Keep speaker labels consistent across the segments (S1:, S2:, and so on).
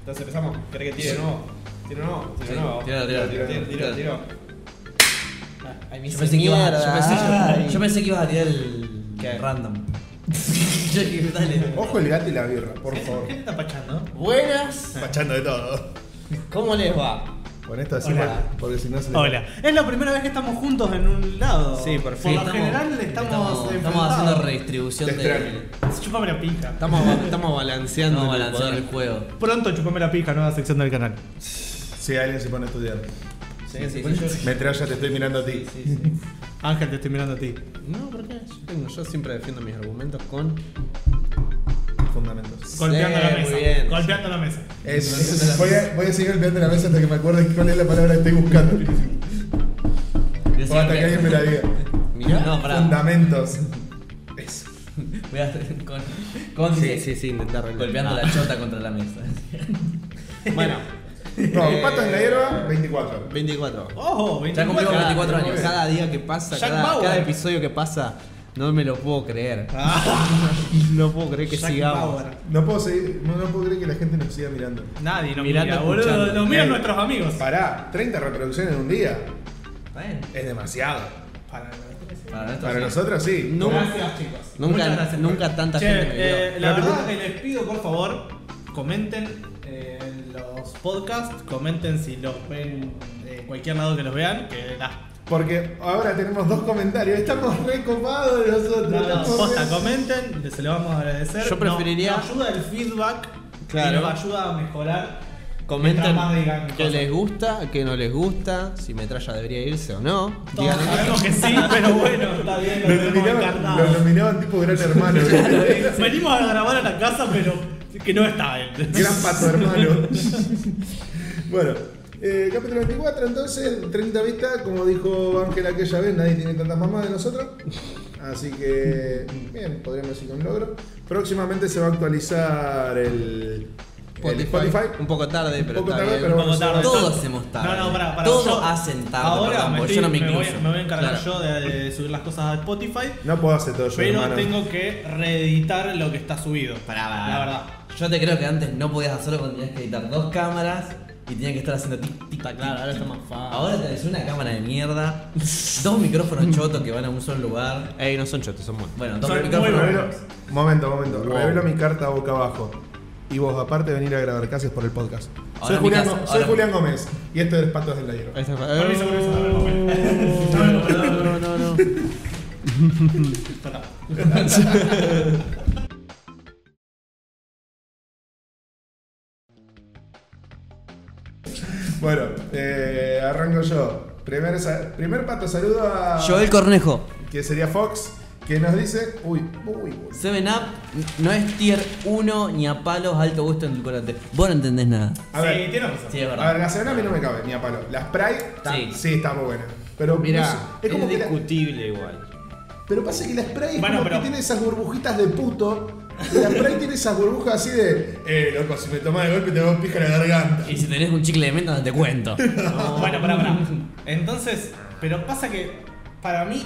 S1: Entonces empezamos. ¿Querés que tire de nuevo? ¿Tiro de nuevo? ¿Tiro de nuevo?
S2: Sí, tira, tira,
S1: tiro, tiro,
S2: tira.
S1: tiro, tiro. Ah, ahí me
S3: Yo
S1: hice
S3: pensé, que ibas, yo,
S1: mierda.
S3: pensé,
S1: Ay.
S3: yo pensé que ibas a tirar el
S1: ¿Qué?
S3: random. Yo dije, dale.
S4: Ojo el gato y la birra, por favor.
S1: ¿Qué te está pachando?
S3: Buenas,
S4: Pachando de todo.
S3: ¿cómo les va?
S4: Con esto así,
S5: Hola.
S4: porque- porque si no se le-
S5: Hola. Es la primera vez que estamos juntos en un lado.
S1: Sí, por fin.
S5: Por lo general estamos
S3: estamos, estamos
S5: enfrentados.
S3: haciendo redistribución
S4: Te extraño.
S3: de.
S5: Chupame la pija.
S1: Estamos, estamos balanceando.
S3: Estamos
S1: el
S3: balanceando el
S1: poder.
S3: juego.
S5: Pronto chupame la pija, nueva sección del canal.
S4: Si alguien se pone a estudiar.
S1: Sí, sí,
S3: Sí,
S1: sí,
S3: sí,
S4: Metralla, te estoy mirando a ti.
S1: sí, sí.
S5: Ángel, te estoy mirando a ti.
S1: No, ¿por qué? Yo, tengo- yo siempre defiendo mis argumentos con.
S4: Fundamentos.
S5: Golpeando
S1: Sí,
S5: la
S1: muy
S5: mesa.
S1: bien.
S5: Golpeando la mesa.
S4: Es- voy, a, voy a seguir golpeando la mesa hasta que me acuerde cuál es la palabra que estoy buscando.
S3: Yo
S4: O hasta que alguien me
S3: siempre-
S4: la diga.
S1: Mirá.
S3: No, pará.
S4: Fundamentos. Eso.
S3: Voy a hacer con. con
S1: Sí, sí, sí, intenté arreglar. Ah.
S3: Golpeando la chota contra la mesa.
S1: Bueno.
S4: No,
S1: Eh,
S4: patas en la hierba, 24.
S1: 24.
S5: Ojo,
S3: Ya
S5: 24.
S3: cumplió
S1: Cada-
S3: 24 años.
S1: Cada día que pasa,
S5: Jack
S1: cada,
S5: Bauer.
S1: cada episodio que pasa, no me lo puedo creer. No puedo creer que
S5: Jack
S1: sigamos.
S5: Bauer.
S4: No puedo seguir, no, no puedo creer que la gente nos siga mirando.
S5: Nadie nos
S1: Mirando,
S5: mira, boludo.
S1: escuchando.
S5: Nos miran
S4: Ey.
S5: nuestros amigos.
S4: Pará, 30 reproducciones en un día.
S3: Está bien.
S4: Es demasiado.
S5: Para
S3: Para nosotros.
S4: Para
S3: sí.
S4: nosotros sí.
S1: No.
S5: Gracias, chicos.
S1: Nunca-
S5: Muchas gracias.
S1: nunca tanta gente me vio.
S5: eh, la verdad, que les pido por favor, comenten eh, los podcasts, comenten si los ven de cualquier lado que los vean, que nah,
S4: Porque ahora tenemos dos comentarios. Estamos recopados nosotros.
S5: Nada,
S4: Estamos
S5: posta,
S4: re-
S5: comenten, se lo vamos a agradecer.
S1: Yo preferiría-
S5: Nos, nos ayuda el feedback.
S1: Claro.
S5: Y nos ayuda a mejorar.
S1: Comenten
S5: Mientras más digan
S1: qué
S5: cosas.
S1: les gusta, qué no les gusta, si Metralla debería irse o no.
S5: Todos
S1: Díganlo.
S5: sabemos que sí, pero bueno, está bien, lo
S4: Lo
S5: tenemos
S4: nominaban, lo
S5: encarnado.
S4: nominaban tipo gran hermano. ¿viste?
S5: Venimos a grabar a la casa, pero que no está bien.
S4: gran pato hermano. bueno, eh, capítulo 24, entonces, 30 vistas. Como dijo Ángel aquella vez, nadie tiene tantas mamás de nosotros. Así que, bien, podríamos decir que un logro. Próximamente se va a actualizar el el
S1: Un poco tarde, pero
S4: poco
S1: está
S4: tarde,
S1: bien.
S4: pero bueno,
S5: poco tarde.
S3: Todos
S5: Entonces-
S3: hacemos tarde.
S5: No, no, pará, pará.
S3: Todos
S5: yo-
S3: hacen tarde,
S5: Ahora
S3: perdón,
S5: me,
S3: porque
S5: estoy-
S3: yo no me
S5: voy,
S3: incluyo.
S5: me voy a encargar
S3: Claro.
S5: yo de, de subir las cosas a Spotify,
S4: No puedo hacer todo yo,
S5: pero
S4: hermano.
S5: tengo que reeditar lo que está subido.
S3: Pará, pará.
S5: La verdad.
S3: Yo te creo que antes no podías hacerlo cuando tenías que editar dos cámaras y tenías que estar haciendo tic, tic, tic,
S1: claro,
S3: tic,
S1: ahora
S3: tic.
S1: está más fácil.
S3: Ahora tenés una cámara de mierda, dos micrófonos chotos que van a un solo lugar.
S1: Ey, no son chotos, son buenos.
S3: Bueno, dos
S5: Son muy
S3: micrófonos.
S4: Revelo-
S5: buenos.
S4: momento, momento.
S3: Wow.
S4: Revelo mi carta boca abajo. Y vos, aparte de venir a grabar cases por el podcast.
S3: Ahora
S4: soy
S3: mi
S4: Julián,
S3: casa-
S4: Go- soy
S3: ahora-
S4: Julián Gómez. Y esto es Patos del Layero.
S1: Ahí está.
S5: Permiso, permiso, a ver,
S3: Oh.
S5: momento. A ver, momento, a ver,
S1: No, no, no.
S5: Pará.
S4: Bueno, eh, arranco yo. Primer, sa- primer pato, saludo a.
S3: Joel Cornejo,
S4: Que sería Fox. Que nos dice. Uy, uy, uy.
S3: 7 Up no es tier 1 ni a palos alto gusto en tu colante. Vos no entendés nada.
S4: A
S5: sí,
S4: ver,
S5: tiene razón.
S3: Sí, es
S4: a ver,
S3: verdad.
S4: la semana a mí no me cabe ni a palo. Las Pride
S3: Sí.
S4: sí, está muy buena. Pero no sé,
S1: Mirá, es,
S4: que la-
S1: discutible igual.
S4: Pero pasa que la spray es
S5: Bueno,
S4: como
S5: pero-
S4: que tiene esas burbujitas de puto. y La spray tiene esas burbujas así de. Eh, loco, si me tomas de golpe te voy a pija la garganta.
S3: Y si tenés un chicle de menta, no te cuento.
S5: Bueno, pará, pará. Entonces, pero pasa que para mí,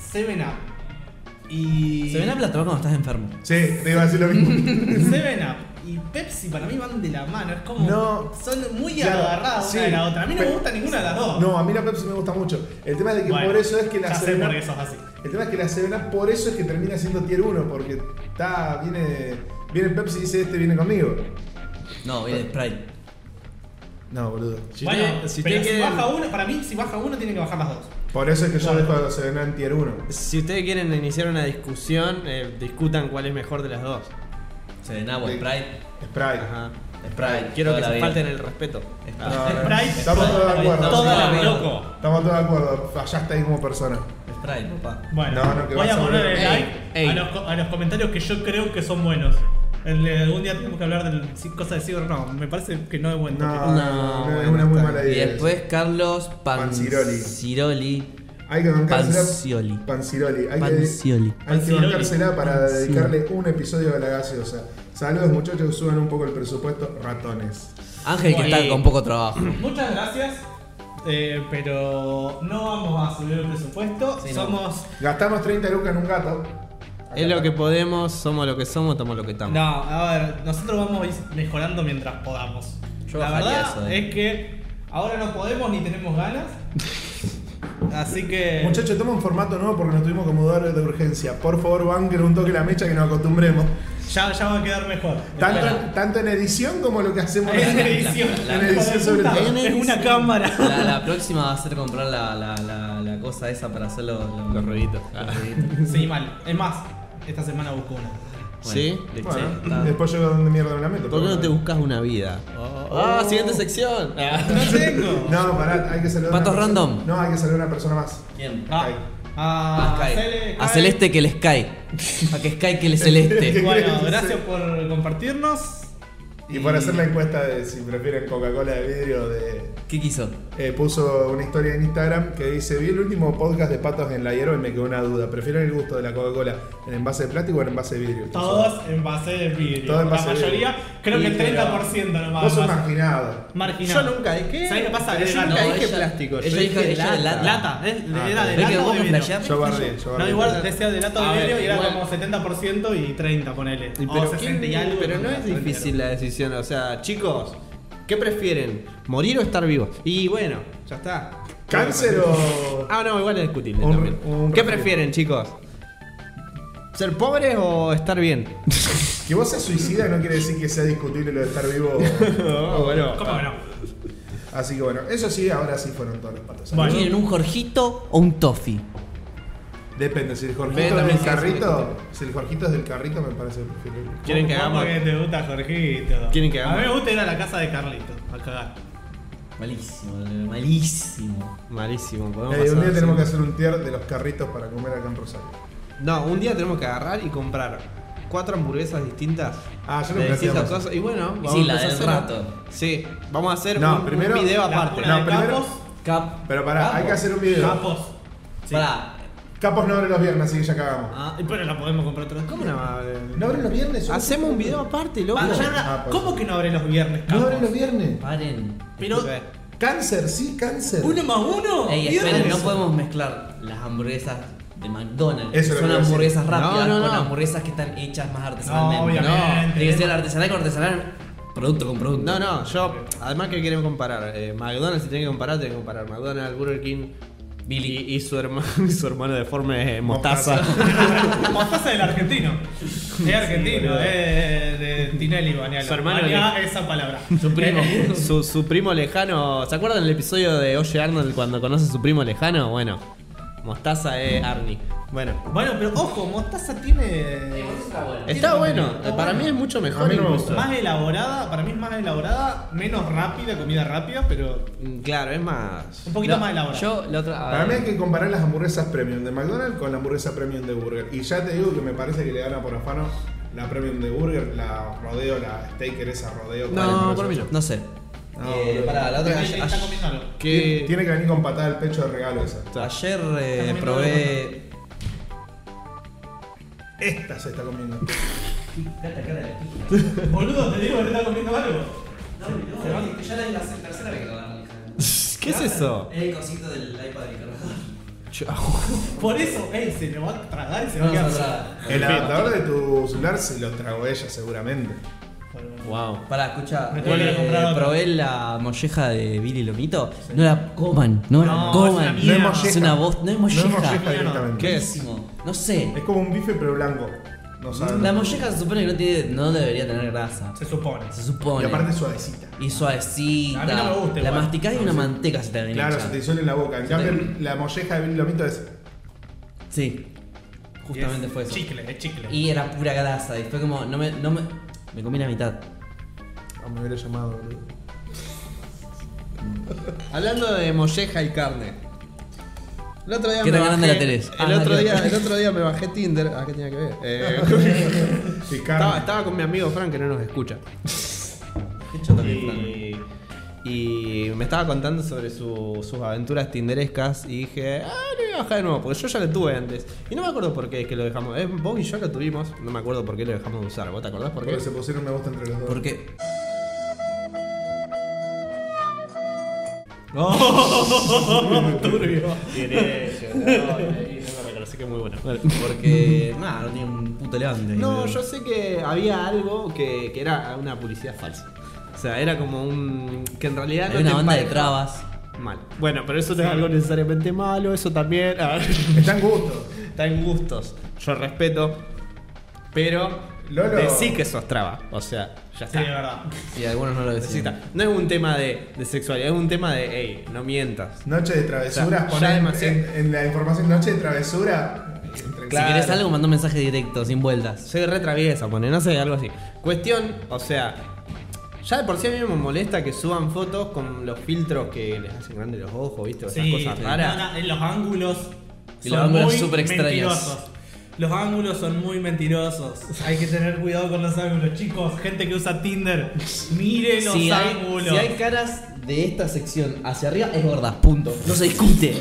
S5: Seven Up y.
S3: Se ven a la tomás cuando estás enfermo.
S4: Sí, te iba a decir lo mismo.
S5: Seven Up y Pepsi para mí van de la mano, es como.
S4: No.
S5: Son muy
S4: Claro,
S5: agarradas
S4: sí.
S5: una de la otra. A mí no me
S4: Pe-
S5: gusta ninguna de las dos.
S4: No, a mí la Pepsi me gusta mucho. El tema es de que
S5: Bueno,
S4: por eso es que la
S5: Ya sé
S4: Seven
S5: por qué
S4: Up-
S5: sos así.
S4: El tema es que la Seven Up por eso es que termina siendo tier 1, porque está. viene. Viene Pepsi y dice este viene conmigo.
S3: No, viene Sprite.
S4: No, boludo.
S5: bueno,
S1: si
S5: pero
S1: ustedes
S5: si
S1: quieren-
S5: baja uno, para mí, si baja uno, tiene que bajar las dos.
S4: Por eso es que yo
S5: Bueno.
S4: dejo a Seven Up en tier 1.
S1: Si ustedes quieren iniciar una discusión, eh, discutan cuál es mejor de las dos.
S3: Se ven o Sprite.
S4: Sprite.
S3: Ah,
S1: Ajá.
S3: Sprite.
S1: Quiero que se falten
S3: falten
S1: el respeto.
S4: No,
S3: Ah,
S4: no, no.
S5: Sprite,
S4: Estamos todos de acuerdo.
S3: Estamos
S5: Toda la
S3: todos de acuerdo.
S5: loco.
S4: Estamos todos de acuerdo. Fallaste ahí como persona.
S3: Sprite, papá.
S5: Bueno,
S4: No, no, que
S5: voy
S4: vas
S5: a
S4: a
S5: poner
S4: volver.
S5: el
S1: Ey,
S5: like
S1: ey.
S5: A, los, co- a los comentarios que yo creo que son buenos. El de algún día tenemos que hablar de si- cosas de Ciber, no, me parece que no es bueno.
S4: No, no, no, es
S3: bueno,
S4: una muy
S3: está
S4: mala
S3: bien.
S4: idea.
S3: Y después Carlos
S4: Panciroli.
S3: Panciroli.
S4: Hay que bancársela.
S3: Pancioli.
S4: Panciroli. Hay
S3: Pancioli.
S4: Que, hay que
S5: Pancioli.
S4: bancársela para
S3: Pancioli.
S4: dedicarle un episodio a la gaseosa. Saludos muchachos, suban un poco el presupuesto. Ratones.
S3: Ángel que
S5: Bueno.
S3: está con poco trabajo.
S5: Muchas gracias, eh, pero no vamos a subir el presupuesto.
S3: Sí, no.
S5: Somos
S4: Gastamos 30 lucas en un gato.
S1: Es lo que podemos, somos lo que somos, estamos lo que estamos.
S5: No, a ver, nosotros vamos a ir mejorando mientras podamos.
S3: Yo
S5: la
S3: bajaría
S5: verdad
S3: eso, eh.
S5: es que ahora no podemos ni tenemos ganas. Así que.
S4: Muchachos, toma un formato nuevo porque nos tuvimos que mudar de urgencia. Por favor, banquen un toque la mecha que nos acostumbremos.
S5: Ya, ya va a quedar mejor.
S4: Tanto,
S5: Espera.
S4: tanto en edición como lo que hacemos
S5: Es una
S4: en
S5: edición.
S4: La- la- la- edición sobre
S5: Puta,
S4: todo.
S5: Es una cámara.
S3: La, la próxima va a ser comprar la, la, la, la cosa esa para hacer los, los-
S1: Los ruiditos.
S3: los ruiditos.
S5: Sí, mal. Es más, esta semana busco una.
S3: Ah.
S1: ¿Sí?
S3: listo.
S4: Bueno,
S3: Está.
S4: después yo veo dónde mierda me la meto.
S1: ¿Por qué no te buscas una vida?
S3: Oh.
S1: ¡Ah! Siguiente sección.
S3: Ah.
S5: No tengo.
S4: No, pará, hay que saludar. a una
S3: Patos
S4: persona-
S3: random.
S4: No, hay que saludar a una persona más.
S3: ¿Quién?
S5: Ah,
S4: Sky.
S5: ah,
S3: A Sky.
S5: Cele-
S3: A
S5: Sky.
S3: Celeste que el Sky. A que Sky que el Celeste.
S5: Bueno, gracias por compartirnos.
S4: Y por hacer la encuesta de si prefieren Coca-Cola de vidrio, de,
S3: ¿Qué quiso?
S4: eh, puso una historia en Instagram que dice: Vi el último podcast de patos en la hierba y me quedó una duda. ¿Prefieren el gusto de la Coca-Cola en envase de plástico o en envase de vidrio?
S5: Todos en base de vidrio.
S4: Todo en base
S5: la
S4: de
S5: mayoría, creo
S1: Y
S5: que
S1: pero-
S5: 30% nomás.
S4: Vos sos
S5: Más-
S4: marginado.
S5: Marginal.
S1: Yo nunca dije-
S5: ¿Sabés qué pasa?
S1: pero
S5: Era
S1: yo
S5: lata.
S1: nunca
S5: No,
S1: dije plástico,
S3: Ella
S1: yo
S3: dijo
S1: dije
S3: ella de lata.
S1: lata.
S5: Lata,
S1: Ah,
S5: es- era de
S3: ¿Ves
S5: lata.
S3: que
S5: o
S3: vos
S5: de
S3: me
S5: vidrio.
S3: flasheás?
S4: Yo barré, yo barré.
S5: No, igual decía de lata
S1: A
S5: de
S1: ver,
S5: vidrio y era
S1: igual.
S5: como 70% y 30, ponele.
S1: Y
S5: o
S1: Pero,
S5: 60
S1: ¿quién-
S5: y Oh, algo.
S1: pero no
S5: ponele.
S1: es difícil la decisión. O sea, chicos, ¿qué prefieren? ¿Morir o estar vivos? Y bueno, ya está.
S4: ¿Cáncer o.?
S1: Ah, no, igual es discutible
S4: Un-
S1: también.
S4: un
S1: ¿Qué
S4: refri-
S1: prefieren, chicos? ¿Ser pobres o estar bien?
S4: Que vos seas suicida no quiere decir que sea discutible lo de estar vivo. Ah,
S1: No, bueno.
S5: ¿Cómo que no?
S4: Así que bueno, eso sí, ahora sí fueron todos los patos.
S5: Bueno.
S3: ¿Quieren un Jorgito o un Toffee?
S4: Depende, si el
S1: Ve,
S4: Jorgito es
S1: también
S4: del
S1: sí,
S4: carrito, si el Jorgito es del carrito me parece preferible.
S1: ¿Quieren que
S5: ¿Cómo
S1: hagamos?
S5: que te gusta, Jorgito?
S1: ¿Quieren que
S5: A mí me
S1: hagamos?
S5: gusta ir a la casa de Carlito a cagar.
S3: Malísimo, boludo, malísimo.
S1: Malísimo, podemos
S4: Eh, un
S1: pasar,
S4: día tenemos que
S1: sí.
S4: hacer un tier de los carritos para comer acá en Rosario.
S1: No, un día tenemos que agarrar y comprar cuatro hamburguesas distintas.
S4: Ah, yo lo
S1: de
S4: planteamos.
S1: distintas cosas. Y bueno, vamos
S3: sí, la
S1: a empezar
S3: del
S1: a hacer-
S3: rato.
S1: Sí, vamos a hacer
S4: No,
S1: un, un
S4: primero-
S1: video
S5: La
S1: aparte.
S5: cuna
S4: No,
S5: de
S4: primero-
S5: capos.
S3: Cap.
S4: Pero pará, hay que hacer un video.
S5: Capos. Sí.
S3: Pará.
S4: Capos no abre los viernes, así que ya cagamos.
S5: Ah, pero la podemos comprar otra vez.
S1: ¿Cómo no va a haber-
S4: ¿No abre los viernes?
S1: Hacemos un video aparte, loco.
S5: Vaya,
S4: Ah, pues.
S5: ¿Cómo que no abre los viernes,
S4: ¿No
S5: capos?
S4: abre los viernes?
S3: Paren.
S5: Pero,
S4: Cáncer, sí, cáncer.
S5: ¿uno más uno?
S3: Ey,
S5: ¿Viernes?
S3: esperen, no podemos mezclar las hamburguesas de McDonald's.
S4: Eso es lo que
S3: son
S4: iba a decir.
S3: hamburguesas
S1: No,
S3: rápidas
S1: no,
S3: con
S1: no.
S3: hamburguesas que están hechas más
S5: No,
S3: artesanalmente.
S5: obviamente.
S3: Tiene que ser artesanal con artesanal, producto con producto.
S1: No, no, yo, además que queremos comparar, eh, McDonald's si tienen que comparar, tienen que comparar McDonald's, Burger King, Billy y, y su hermano, su hermano deforme eh, mostaza.
S5: Mostaza del argentino. Es argentino, es de Tinelli Baniala.
S1: Su hermano
S5: Bañá esa palabra.
S3: Su primo.
S1: su, su primo lejano, ¿se acuerdan del episodio de Oye Arnold cuando conoce a su primo lejano? Bueno, mostaza es Arnie. Bueno,
S5: Bueno, pero ojo, Mostaza tiene.
S1: está bueno,
S5: Está
S1: eh, para mí
S5: bueno.
S1: es mucho mejor.
S4: A mí no me
S1: incluso.
S4: gusta.
S5: Más elaborada, para mí es más elaborada, menos rápida, comida rápida, pero
S1: Mm, Claro, es más.
S5: un poquito
S3: No,
S5: más elaborada.
S3: Yo la otra. a
S4: Para mí
S3: ver.
S4: hay que comparar las hamburguesas premium de McDonald's con la hamburguesa premium de Burger. Y ya te digo que me parece que le gana por afano la premium de Burger, la rodeo, la staker esa rodeo.
S1: No, por mí no.
S3: No sé.
S4: No,
S3: Eh,
S4: boludo.
S3: pará, la otra.
S5: Ahí
S3: ayer-
S5: está comiendo algo.
S4: Tiene,
S1: Que
S4: tiene que venir con patada al pecho de regalo esa.
S3: Ayer
S5: Está
S3: eh,
S5: comiendo
S3: probé.
S4: Esta se está comiendo.
S5: Boludo, te digo, le está comiendo algo.
S3: Ya la tercera vez que
S1: ¿Qué es eso?
S3: Es el cosito del iPad del cargador.
S1: Chau.
S5: Por eso, él se lo va a tragar y se va a
S3: No,
S5: quedar.
S3: no, pará.
S4: El adaptador de tu celular se lo tragó ella seguramente.
S5: Bueno,
S1: Wow.
S3: Pará, escucha, eh,
S5: Me tengo que ir a comprar otra.
S3: probé la molleja de Billy Lomito. No la coman, no,
S5: No,
S3: la
S5: es
S3: coman.
S5: una mierda.
S4: No es
S3: Es una voz, no es molleja.
S4: No es molleja
S5: no.
S4: directamente.
S1: ¿Qué?
S3: Buenísimo. No sé.
S4: Es como un bife pero blanco. No saben.
S3: La molleja se supone que no, tiene, no debería tener grasa.
S5: Se supone.
S3: Se
S4: y
S3: supone.
S4: aparte suavecita.
S3: Y suavecita.
S5: A mí no me gusta
S3: la
S5: igual.
S3: masticás y una manteca se te viene
S4: Claro,
S3: hecha.
S4: se te disuelve en la boca.
S3: Se
S4: En
S3: te-
S4: cambio, la molleja de Billy Lomito es.
S3: Sí. Justamente
S5: Y es
S3: fue eso.
S5: Chicle, es chicle.
S3: Y era pura grasa. Y fue como, no me, no me, me comí la mitad.
S4: Ah, me hubiera llamado, boludo.
S1: Hablando de molleja y carne. El otro día
S3: ¿Qué
S1: me
S3: tan
S1: bajé,
S3: grande la tenés?
S1: El,
S3: Ah,
S1: otro
S3: claro.
S1: día, el otro día me bajé Tinder. Ah, ¿qué tenía que ver? Eh,
S4: Y carne.
S1: estaba, estaba con mi amigo Frank que no nos escucha.
S3: Qué choto que está.
S1: Y, y me estaba contando sobre su- sus aventuras tinderescas y dije, ah, le voy a bajar de nuevo, porque yo ya lo tuve antes. Y no me acuerdo por qué es que lo dejamos. Eh, vos y yo lo tuvimos, no me acuerdo por qué lo dejamos de usar. ¿Vos te acordás por qué?
S4: Porque se pusieron me gusta entre los dos.
S3: ¿Por qué?
S5: No, turbio.
S1: Tiene, yo, no, y no me reconocí que es muy bueno.
S3: Porque, nada, no tiene un puto levante.
S1: No, yo sé que había algo que, que era una publicidad falsa. O sea, era como un. que en realidad.
S3: Hay
S1: no
S3: una
S1: te
S3: banda de
S1: empareja-
S3: trabas.
S1: Mal. Bueno, pero eso no es algo necesariamente malo, eso también. ah,
S4: Está en gusto.
S1: Está en gustos. Yo respeto. Pero.
S4: Lolo.
S1: Decí que sos traba. O sea, ya
S5: Sí,
S1: está.
S5: de verdad.
S3: Y algunos no lo
S1: Decí,
S3: decían.
S1: está. No es un tema de, de sexualidad, es un tema de, hey, no mientas.
S4: Noche de
S1: O sea,
S4: travesuras,
S1: ya
S4: poné
S1: demasiado.
S4: en, en la información noche de travesura. entre-
S1: Claro.
S3: Si querés algo, mandá un mensaje directo, sin vueltas.
S1: Soy retraviesa, pone, no sé, algo así. Cuestión, o sea, ya de por sí a mí me molesta que suban fotos con los filtros que les hacen grandes los ojos, ¿viste? O esas
S5: Sí,
S1: cosas
S5: sí.
S1: raras.
S5: No, no, en los ángulos.
S3: Y
S5: son
S3: los ángulos
S5: muy
S3: súper extraños.
S5: mentirosos. Los ángulos son muy mentirosos. Hay que tener cuidado con los ángulos, chicos. Gente que usa Tinder, mire los
S3: Si hay,
S5: ángulos.
S3: si hay caras de esta sección hacia arriba, es gorda, punto. No se discute.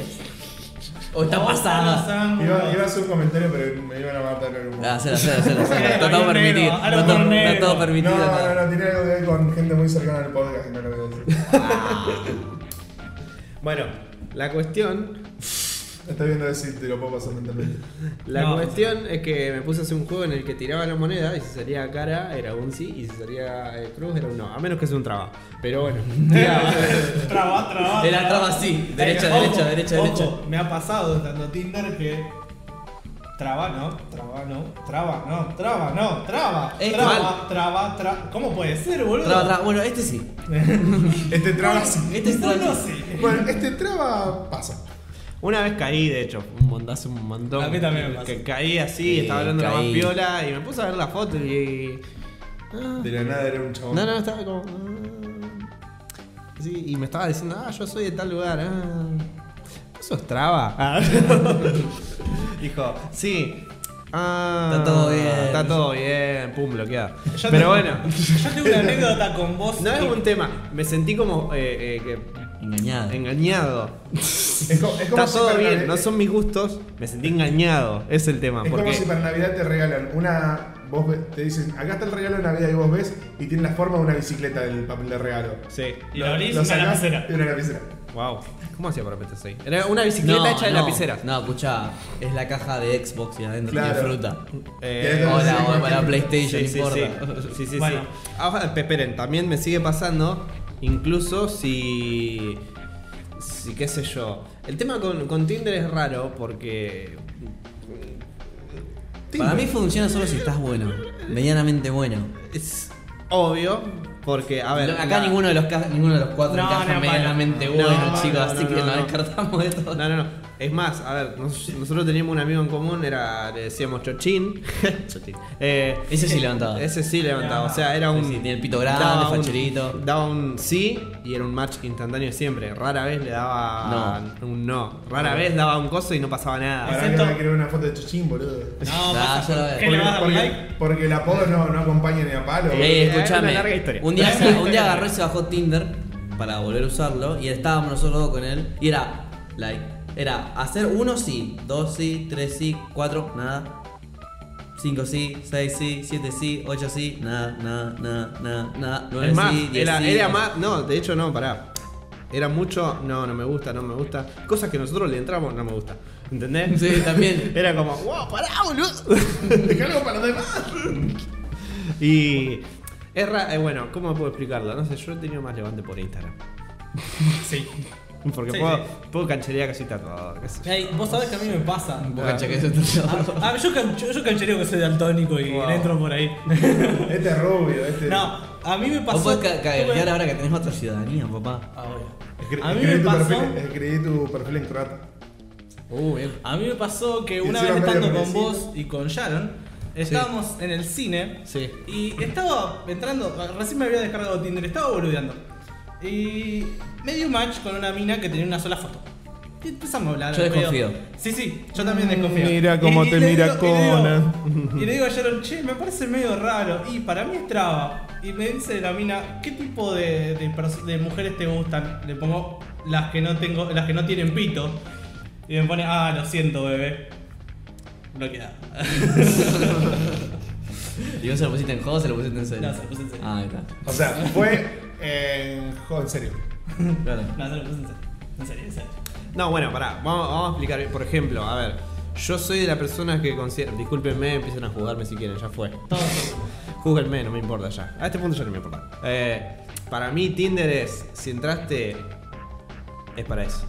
S3: O está
S5: Ojo los
S3: pasada.
S5: ángulos.
S4: Iba, iba a hacer un comentario, pero me iban a matar en un
S3: Ah, Hacer, hacer, hacer, hacer. Está todo
S5: Hay un negro,
S3: permitido.
S5: ahora
S3: Está todo-
S5: por un
S3: está todo
S5: negro.
S3: permitido.
S4: No,
S3: acá.
S4: no, no, tiene algo que ver con gente muy cercana al podcast, no lo voy a decir.
S1: Bueno, la cuestión,
S4: Estoy viendo a ver si te lo puedo pasar mentalmente.
S1: la
S5: No.
S1: cuestión es que me puse a hacer un juego en el que tiraba la moneda y si salía cara era un sí y si salía eh, cruz era un no, a menos que sea un traba. Pero bueno, tiraba.
S5: Traba, traba. Eh,
S3: Era traba así, derecha,
S5: ojo,
S3: derecha, derecha,
S5: ojo,
S3: derecha.
S5: Me ha pasado dando Tinder que. Traba, no, traba, no, traba, no, traba, no, traba.
S3: Es
S5: traba,
S3: mal.
S5: traba, traba. ¿Cómo puede ser, boludo?
S3: Traba, traba. Bueno, este sí.
S4: Este traba sí.
S3: Este es
S5: No,
S3: traba.
S5: no sé.
S4: Bueno, este traba pasa.
S1: Una vez caí, de hecho, un mondazo, un montón.
S5: A mí también me pasó.
S1: Que caí así,
S3: Sí,
S1: estaba hablando la más
S3: caí.
S1: piola y me puse a ver la foto y. ah,
S4: De la nada era un chabón.
S1: No, no, estaba como. ah. Sí, y me estaba diciendo, ah, yo soy de tal lugar. Ah. ¿Vos sos traba? Ah. Dijo, sí. Ah,
S3: Está todo bien.
S1: Está todo bien, pum, bloqueado.
S5: Yo tengo-
S1: Pero bueno,
S5: Yo tengo una anécdota con vos.
S1: no es
S5: que-
S1: un tema. Me sentí como eh, eh, que
S3: Engañada.
S1: engañado.
S4: Es, co- es como
S1: Está
S4: si
S1: todo
S4: para
S1: bien,
S4: Navidad-
S1: no son mis gustos. Me sentí engañado, es el tema.
S4: Es como
S1: Porque
S4: si para Navidad te regalan una. Vos ve- te dicen, acá está el regalo de Navidad y vos ves y tiene la forma de una bicicleta del papel de regalo.
S1: Sí.
S5: Y lo abrís
S4: Lo
S5: una
S4: sacás
S5: lapicera.
S4: y una lapicera.
S1: Wow. ¿Cómo hacía para meterse ahí? Era una bicicleta hecha de lapiceras.
S3: No, escuchá, es la caja de Xbox y adentro
S4: Claro.
S3: tiene fruta.
S1: Eh,
S3: O
S4: Sí,
S3: la, o
S4: cualquier-
S3: la PlayStation,
S1: sí,
S3: no
S1: sí,
S3: importa.
S1: sí. Sí, sí,
S5: Bueno.
S1: sí. Ah, esperen, también me sigue pasando, incluso si. Si, qué sé yo. El tema con, con Tinder es raro porque. mm,
S3: Para mí funciona solo si estás bueno, medianamente bueno.
S1: Es obvio, porque, a ver.
S3: Acá
S1: la-
S3: ninguno, de los ca- ninguno de los cuatro
S5: No,
S3: encaja
S5: no,
S3: medianamente
S1: no,
S3: bueno,
S1: no,
S3: chicos,
S1: no,
S3: así
S1: no,
S3: que
S1: no,
S3: lo
S1: no.
S3: descartamos de todo.
S1: No, no, no. Es más, a ver, nos- nosotros teníamos un amigo en común, era, le decíamos Chochín. Chochín. Eh,
S3: Ese sí levantaba.
S1: Ese sí levantaba, o sea, era
S3: Sí,
S1: un.
S3: sí, tenía el pito grande,
S1: daba un-
S3: facherito.
S1: Daba un sí y era un match instantáneo siempre. Rara vez le daba un no. Rara vez daba un coso y no pasaba nada.
S4: Para
S5: Excepto-
S4: que me quiero una foto de Chochín, boludo.
S5: No,
S3: Nah,
S5: pasa-
S3: yo la veo.
S5: ¿Qué le vas a dar un
S4: porque,
S5: like?
S4: porque el apodo no, no acompaña ni a palo.
S1: Eh,
S3: Eh,
S1: era una
S3: escuchame.
S1: larga historia.
S3: Un día,
S5: Era una
S3: un
S5: historia.
S3: día agarró y se bajó Tinder para volver a usarlo. Y estábamos nosotros dos con él. Y era, like, era hacer uno sí, dos sí, tres sí, cuatro, nada. Cinco sí, seis sí, siete sí, ocho sí, nada, nada, nada, nada, nada. Nueve
S1: Es más,
S3: sí, diez
S1: era,
S3: sí.
S1: era más. No, de hecho, no, pará. Era mucho, no, no me gusta, no me gusta. Cosas que nosotros le entramos, no me gusta. ¿Entendés?
S3: Sí, también.
S1: Era como, wow, pará, boludo.
S4: Dejalo para los demás.
S1: Y. Es ra- eh, bueno, ¿cómo puedo explicarlo? No sé, yo he tenido más levante por Instagram.
S5: Sí.
S1: Porque
S5: Sí,
S1: puedo,
S5: sí.
S1: puedo cancherear casi todo. qué sé yo.
S5: Ey, vos sabés que a mí me pasa.
S3: Vos cancha que eso está todo.
S5: Ah, yo, can- yo, yo canchereo que soy daltónico y
S1: Wow.
S5: le entro por ahí.
S4: Este es rubio, este.
S5: No, a mí me pasó.
S3: Vos podés ca-
S5: tuve-
S3: caguetear ahora que tenés otra ciudadanía, papá.
S5: Ah, bueno.
S4: Escri-
S5: A mí
S4: escribí
S5: me
S4: tu
S5: pasó.
S4: perfil- escribí tu perfil en croata.
S3: Uh, bien.
S5: A mí me pasó que
S4: Y
S5: una vez
S4: encima medio
S5: estando con
S4: merecido.
S5: vos y con Sharon, estábamos en el cine
S1: Sí.
S5: y estaba entrando, recién me había descargado Tinder, estaba boludeando. Y me dio un match con una mina que tenía una sola foto. Y empezamos a hablar.
S3: Yo
S5: al pedo.
S3: desconfío.
S5: Sí, sí, yo también desconfío.
S4: mira cómo te
S5: le
S4: mira
S5: digo- y le digo-
S4: Conan.
S5: Y le digo a Sharon, che, me parece medio raro. Y para mí es traba. Y me dice la mina, ¿qué tipo de, de pers- de mujeres te gustan? Le pongo las que no tengo, las que no tienen pito. Y me pone, ah, lo siento, bebé. Bloqueada.
S3: ¿Y vos se lo pusiste en juego o se lo pusiste en serio?
S5: No, se lo puse en serio.
S3: Ah, claro.
S4: O sea, fue. Eh, joder, en serio.
S3: claro.
S5: No, se lo puse en serio. En serio, en serio.
S1: No, bueno, pará, vamos, vamos a explicar. Por ejemplo, a ver, Yo soy de las personas que considero. Discúlpenme, empiecen a jugarme si quieren, ya fue.
S5: Todo.
S1: Júguenme, no me importa ya. A este punto ya no me importa. Eh, para mí, Tinder es. Si entraste. Es para eso.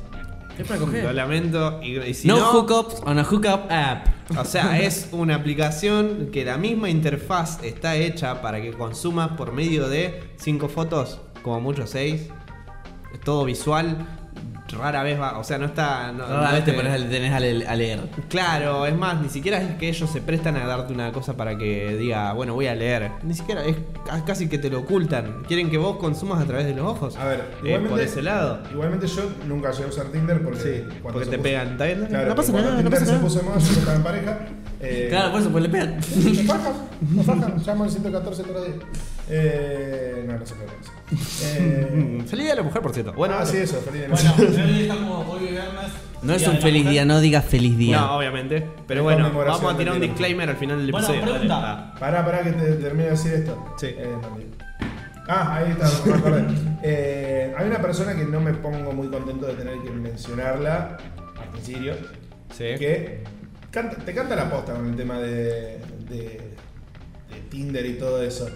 S3: Es para
S1: Lo
S3: coger.
S1: lamento. Y, y si
S3: no,
S1: no,
S3: hookups on a hookup app.
S1: O sea, es una aplicación que la misma interfaz está hecha para que consumas por medio de cinco fotos, como mucho seis. Es todo visual. Rara vez va. O sea, no está. No,
S3: Rara
S1: no
S3: vez te pones a, tenés a, le- a leer.
S1: Claro, es más, ni siquiera es que ellos se prestan a darte una cosa para que diga, bueno, voy a leer. Ni siquiera, es ca- casi que te lo ocultan. Quieren que vos consumas a través de los ojos.
S4: A ver,
S1: Eh,
S4: igualmente-
S1: por ese lado.
S4: Igualmente yo nunca llegué a usar Tinder porque, cuando
S1: porque
S4: se
S1: te
S4: puso-
S1: pegan. Está bien,
S4: Claro,
S1: no pasa
S4: cuando
S1: nada, no pasa
S4: Tinder
S1: nada.
S4: se puso de moda, yo estaba en pareja. eh,
S3: Claro, por eso, pues le pegan.
S4: Fajas, no fajas, llama al 114 todos los días. Eh, no, no se puede hacer. Eh,
S1: Feliz día de la mujer, por cierto. Bueno,
S4: ah, sí, eso, feliz de
S5: Bueno, hoy estamos hoy viernes.
S3: No es
S5: Día
S3: un
S5: de la
S3: feliz
S5: mujer.
S3: día, no digas feliz día.
S1: No, obviamente. Pero
S4: Es
S1: bueno,
S4: conmemoración
S1: vamos a tirar un
S4: del día.
S1: disclaimer al final del
S5: Bueno,
S1: episodio. dale.
S5: pregunta.
S4: Pará, pará, que te termine de decir esto.
S1: Sí.
S4: Eh, no, bien. ah, ahí está, me acordé. Eh, hay una persona que no me pongo muy contento de tener que mencionarla, Martín Sirio,
S1: Sí.
S4: que canta- te canta la posta con el tema de, de- de Tinder y todo eso.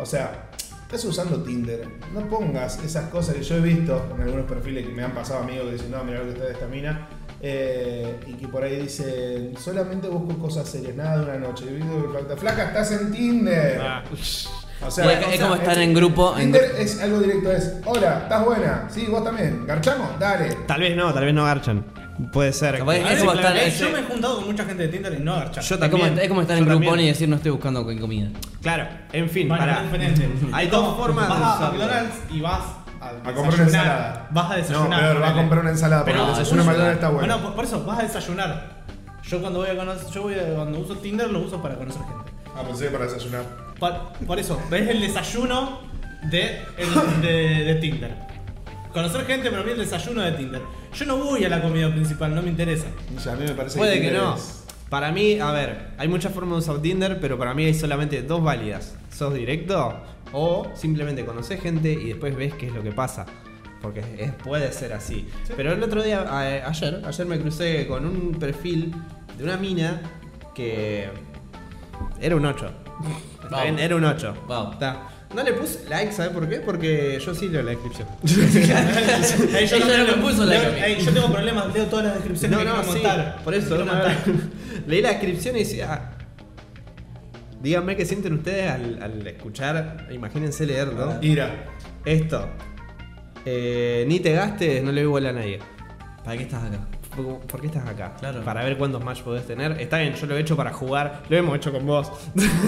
S4: O sea, estás usando Tinder, no pongas esas cosas que yo he visto en algunos perfiles que me han pasado amigos que dicen, no, mira lo que está de esta mina. eh, y que por ahí dicen, solamente busco cosas serias, nada de una noche. Y digo, flaca, Flaca, estás en Tinder.
S1: Ah.
S4: O
S3: Y es- es como estar en grupo, en
S4: Tinder es algo directo, es, hola, estás buena, sí, vos también, garchamos, dale.
S1: Tal vez no, tal vez no garchan. Puede ser.
S3: Capaz
S5: A
S3: Es
S5: ver,
S3: como
S5: la
S3: estar-
S5: verdad,
S3: es-
S5: Yo me he juntado con mucha gente de Tinder y no garcha.
S1: Yo
S3: es, como,
S1: también.
S3: es como estar en
S1: Yo
S3: grupón y
S1: también.
S3: decir no estoy buscando con comida.
S1: Claro, en fin,
S5: Bueno,
S1: para.
S5: es diferente.
S1: Hay
S5: Es
S1: dos
S5: como,
S1: formas de
S5: Vas a
S1: usarlo.
S5: McDonald's y vas a,
S4: A comprar una
S5: desayunar.
S4: ensalada.
S5: Vas a desayunar.
S4: No, peor, va a
S5: ponele.
S4: comprar una ensalada. Pero
S3: Pero
S4: porque el
S3: no,
S4: desayuno de
S3: es
S4: McDonald's
S3: una-
S4: está bueno.
S5: Bueno, por- por eso vas a desayunar. Yo cuando voy a conocer, yo voy a- cuando uso Tinder lo uso para conocer gente.
S4: Ah, pensé que para desayunar.
S5: Pa- por eso, ves el desayuno de, el- de, de Tinder. Conocer gente, pero vi el desayuno de Tinder. Yo no voy a la comida principal, no me interesa.
S4: Ya, a mí me parece
S1: Puede que
S4: Tinder
S1: no.
S4: es-
S1: Para mí, a ver, hay muchas formas de usar Tinder, pero para mí hay solamente dos válidas. ¿Sos directo? O simplemente conoces gente y después ves qué es lo que pasa. Porque es- puede ser así. Pero el otro día, a- eh, ayer, ayer me crucé con un perfil de una mina que era un 8. Está bien, era un 8.
S3: Vamos.
S1: Está. No le puse like, ¿sabes por qué? Porque yo sí leo la descripción.
S5: Ahí
S3: Ella no
S5: tengo-
S3: me puso la
S5: leo-
S3: comida.
S5: ahí yo tengo problemas, leo todas las descripciones
S1: No,
S5: que
S1: no,
S5: quiero
S1: sí.
S5: montar.
S1: Por eso,
S5: Quiero
S1: no,
S5: montar.
S1: leí la descripción y decía. "Ah, Díganme qué sienten ustedes al, al escuchar, imagínense leerlo. Y
S4: Ira.
S1: esto. eh, ni te gastes, no le doy bola a nadie.
S3: ¿Para qué estás acá?
S1: ¿Por por qué estás acá?
S3: Claro.
S1: Para ver cuántos match podés tener. Está bien, yo lo he hecho para jugar. Lo hemos hecho con vos.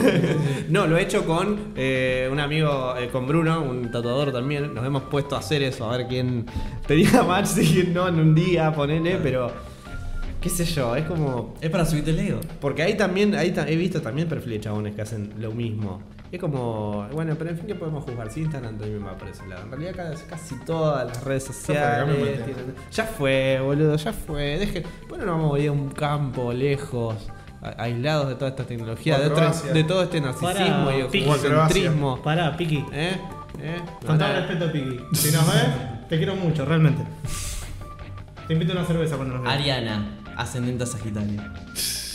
S1: no, lo he hecho con eh, un amigo, eh, con Bruno, un tatuador también. Nos hemos puesto a hacer eso, a ver quién tenía match y quién no en un día, ponele, pero. ¿Qué sé yo? Es como.
S3: Es para subirte el ego.
S1: Porque ahí también, ahí ta- he visto también perfiles de chabones que hacen lo mismo. Es como, bueno, pero en fin, ¿qué podemos juzgar? Sí, están ante mí por ese lado. En realidad casi, casi todas las redes
S4: acá me
S1: sociales
S4: maté.
S1: tienen- Ya fue, boludo, ya fue. Deje, bueno, nos vamos a ir a un campo lejos, a- aislados de toda esta tecnología, de,
S4: Cuatro
S1: otro-
S4: Asia.
S1: de todo este narcisismo
S5: Para,
S1: y
S5: pico.
S1: egocentrismo.
S5: Pará, Piki.
S1: ¿Eh? ¿Eh?
S5: Con todo
S1: Pará.
S5: respeto, Piki. Si nos ves, te quiero mucho, realmente. Te invito a una cerveza cuando nos veas.
S3: Ariana, ascendente a Sagitario.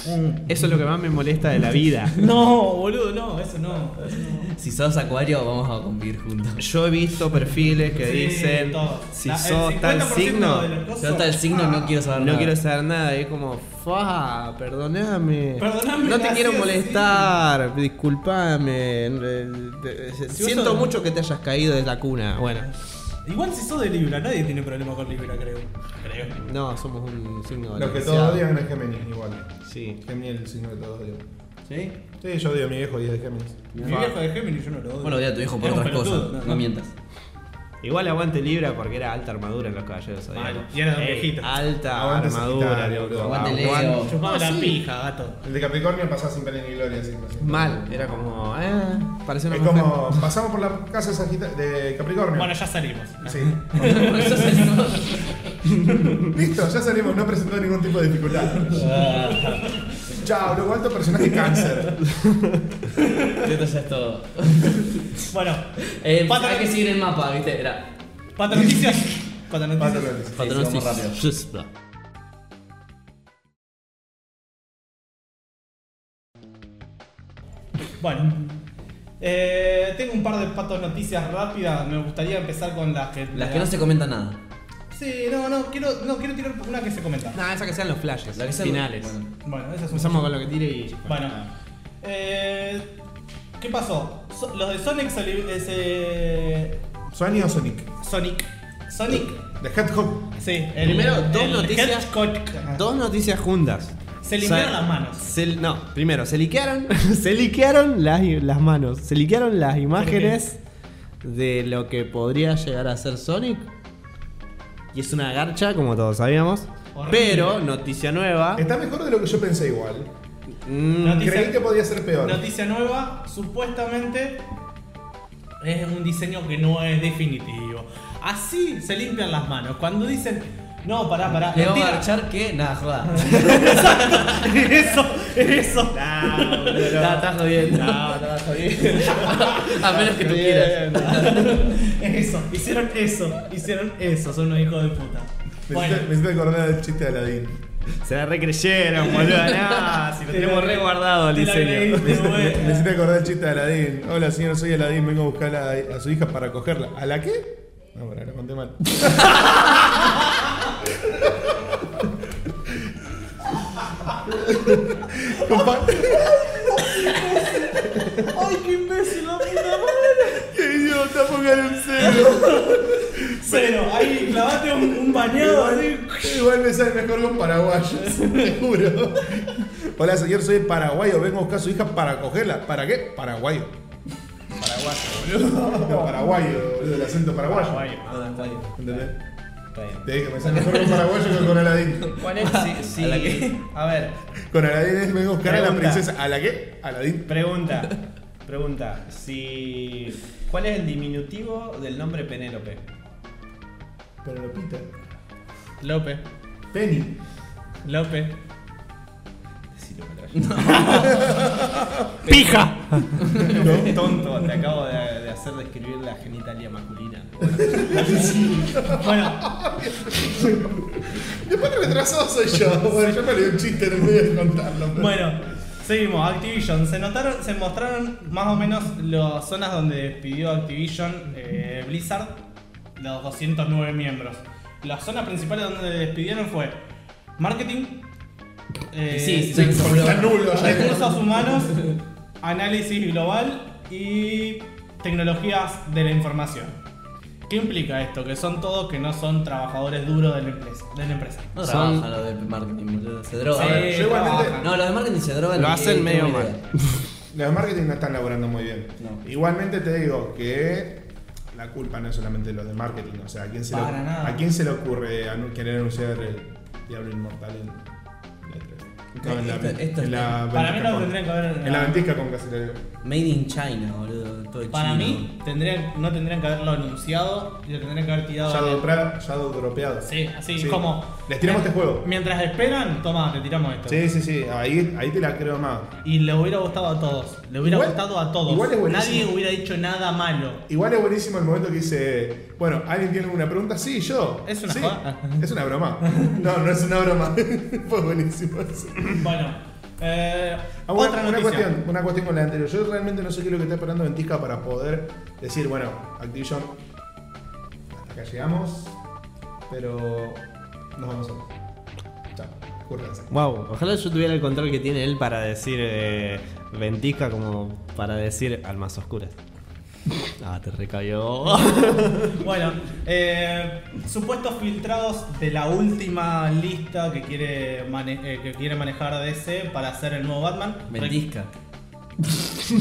S1: Eso es lo que más me molesta de la vida.
S5: Mm. No, boludo, no, eso no. Eso no.
S3: Si sos acuario, vamos a convivir juntos.
S1: Yo he visto perfiles que
S5: Sí,
S1: dicen,
S5: todo.
S1: si
S5: La- el
S1: sos tal
S5: 50%
S1: signo,
S5: de las cosas-
S3: Si no está el signo, no quiero saber
S1: No
S3: nada.
S1: quiero saber nada, y es como, fa, perdoname.
S5: Perdoname,
S1: No te
S5: así
S1: quiero
S5: es,
S1: molestar, disculpame. eh, eh, eh,
S5: Si vos
S1: Siento
S5: sos-
S1: mucho que te hayas caído de la cuna.
S3: Ah,
S1: Bueno,
S5: Igual si sos de Libra, nadie tiene problema con Libra, creo. Creo.
S1: no, somos un signo
S4: Lo que
S1: balanceado.
S4: todos odian es Géminis, igual.
S1: Sí.
S4: Géminis es el signo que todos odian.
S3: ¿Sí?
S4: Sí, yo odio a mi viejo y es de Géminis.
S5: Mi viejo de Géminis yo no lo odio.
S3: Bueno, odia a tu hijo por
S5: Es un
S3: otras
S5: pelotudo,
S3: cosas. No,
S5: no, no.
S3: mientas.
S1: Igual aguante Libra porque era alta armadura en los caballeros.
S5: Vale,
S1: Zodíaco.
S5: y era de un
S1: Ey,
S5: viejito.
S1: Alta
S4: Aguante
S1: armadura,
S4: Sagitario,
S1: loco.
S4: boludo.
S3: Aguante
S1: Aguante.
S3: Leo.
S5: Chupaba la pija, gato.
S4: El de Capricornio pasa sin pena ni gloria, así. así.
S1: Mal, era como, eh, parece una
S4: Es
S1: mujer.
S4: como, pasamos por la casa de, Sagita- de Capricornio.
S5: Bueno, ya salimos.
S4: Sí.
S3: Eso es-
S4: Listo, ya salimos, no presentó ningún tipo de dificultad. Chao, luego alto personaje cáncer.
S3: Esto ya es todo.
S5: Bueno,
S3: Eh,
S5: Pata-
S3: hay que seguir el mapa, ¿viste? Era.
S5: Pata Noticias. Pata Noticias.
S4: Patrones.
S3: Patrón, vamos sí. rápido.
S1: Just-
S5: Bueno, eh, tengo un par de patos noticias rápidas. Me gustaría empezar con las que.
S3: Las que no se comentan nada.
S5: Sí, no, no, quiero, no, quiero tirar una que se comenta.
S1: Nada, esa que sean los flashes,
S3: Las que sean-
S1: finales.
S3: bueno.
S5: Bueno, esa es una.
S1: Empezamos con lo que tire y.
S5: Bueno, eh, ¿qué pasó? So- los de Sonic se li- eh, se-
S4: ¿Sony o Sonic?
S5: Sonic. Sonic.
S4: The Hedgehog.
S5: Sí, el,
S1: Primero, dos
S5: el
S1: noticias-
S5: Hedgehog.
S1: Dos noticias juntas.
S5: Se limpiaron
S1: O sea,
S5: las manos.
S1: se- no, primero, se liquearon, se liquearon las, las manos, se liquearon las imágenes de lo que podría llegar a ser Sonic. Y es una garcha, como todos sabíamos.
S5: Horrible.
S1: Pero, noticia nueva.
S4: Está mejor de lo que yo pensé igual.
S1: mm,
S5: Noticia-
S4: Creí que podía ser peor.
S5: Noticia nueva, supuestamente es un diseño que no es definitivo. Así se limpian las manos. Cuando dicen, no, pará, pará,
S3: Le vamos a
S5: mentira.
S3: marchar que. Nada, joda.
S5: eso, eso.
S3: Nah, estás jodiendo.
S5: estás jodiendo.
S3: A menos que tú quieras.
S5: Eso, hicieron eso, hicieron eso, son unos hijos de puta.
S4: Me
S5: Bueno,
S4: hiciste- me hiciste acordar del chiste de Aladdin.
S1: Se la recreyeron, boludo. Nah, si lo
S5: Te
S1: tenemos
S5: la-
S1: reguardado el
S5: te la
S1: diseño.
S5: creíste,
S4: Me, me hiciste
S5: buena.
S4: acordar el chiste de Aladdin. Hola, señor, soy Aladdin. Vengo a buscar a, a su hija para cogerla. ¿A la qué? No, pará, lo conté mal. Compa-
S5: Ay, qué imbécil, la puta madre.
S4: ¡Qué idiota! Pongan un cero.
S5: Cero, ahí clavate un, un bañado así.
S4: Igual me sale mejor con paraguayos, te juro. Hola, señor, soy paraguayo. Vengo a buscar a su hija para cogerla. ¿Para qué? Paraguayo. Paraguayo, boludo. No, paraguayo, boludo, el acento paraguayo. ¿Entendés? Te dije, me sale mejor con paraguayo que con Aladín.
S5: ¿Cuál es? Sí,
S3: ¿A la qué?
S5: A ver,
S4: Con Aladín es vengo a buscar a la
S5: Pregunta.
S4: princesa. ¿A la qué? Aladín.
S2: Pregunta, pregunta, si ¿cuál es el diminutivo del nombre Penélope?
S4: Pero lo pita.
S5: Lope,
S4: Penny.
S5: Lope.
S2: Decilo, me traje.
S1: ¡Pija!
S2: Tonto, te acabo de, de hacer describir la genitalia masculina.
S5: Bueno,
S4: Después retrasado soy yo. Bueno, yo me leí un chiste en el medio de contarlo. pero-
S5: bueno, seguimos. Activision. Se notaron, se mostraron más o menos las zonas donde pidió Activision eh, Blizzard los 209 miembros. Las zonas principales donde despidieron fue marketing, eh,
S3: Sí, sí, sí,
S4: Porque está nulo ya.
S5: recursos humanos, análisis global y tecnologías de la información. ¿Qué implica esto? Que son todos que no son trabajadores duros de la empresa. De la empresa.
S3: No
S1: Son-
S3: trabaja lo de marketing, boludo. Se droga.
S5: Sí,
S4: yo igualmente-
S5: trabajan.
S3: No, los de marketing se drogan.
S1: Lo
S3: y-
S1: hacen
S3: y-
S1: medio
S3: y-
S1: mal.
S4: Los de marketing no están laburando muy bien.
S3: No.
S4: Igualmente te digo que la culpa no es solamente de los de marketing. O sea, ¿a quién se, le,
S5: Para nada.
S4: ¿a quién se le ocurre anu- querer anunciar el Diablo Inmortal en la E3? No, en la-
S3: Esto- esto
S4: en la
S5: está- para mí
S4: ventisca
S5: no
S4: con-
S5: tendrían que haber-
S4: En la ventisca con casi le digo.
S3: Made in China, boludo. Todo
S5: Para
S3: chino.
S5: mí, tendrían, no tendrían que haberlo anunciado y lo tendrían que haber tirado.
S4: Shadow,
S5: al-
S4: Dra- Shadow dropeado.
S5: Sí, así
S4: Sí.
S5: como.
S4: Les tiramos este juego.
S5: Mientras esperan, toma, le tiramos esto.
S4: Sí, sí, sí. Ahí, ahí te la creo más.
S5: Y le hubiera gustado a todos. Le hubiera
S4: Igual-
S5: gustado a todos.
S4: igual es buenísimo.
S5: Nadie hubiera dicho nada malo.
S4: Igual es buenísimo el momento que dice, bueno, ¿alguien tiene alguna pregunta? Sí, yo.
S5: ¿Es una
S4: Sí.
S5: joda?
S4: Es una broma. No, no es una broma. Fue buenísimo eso.
S5: Bueno, eh,
S4: Ah, bueno,
S5: otra
S4: una
S5: noticia.
S4: cuestión, una cuestión con la anterior. Yo realmente no sé qué es lo que está esperando Ventisca para poder decir, bueno, Activision, hasta acá llegamos, pero nos vamos a. Chao, cúrganse.
S1: Wow, ojalá yo tuviera el control que tiene él para decir eh, ventisca como para decir almas oscuras. Ah, te recayó.
S5: Bueno, eh, supuestos filtrados de la última lista que quiere, mane- eh, que quiere manejar DC para hacer el nuevo Batman.
S3: Ventisca.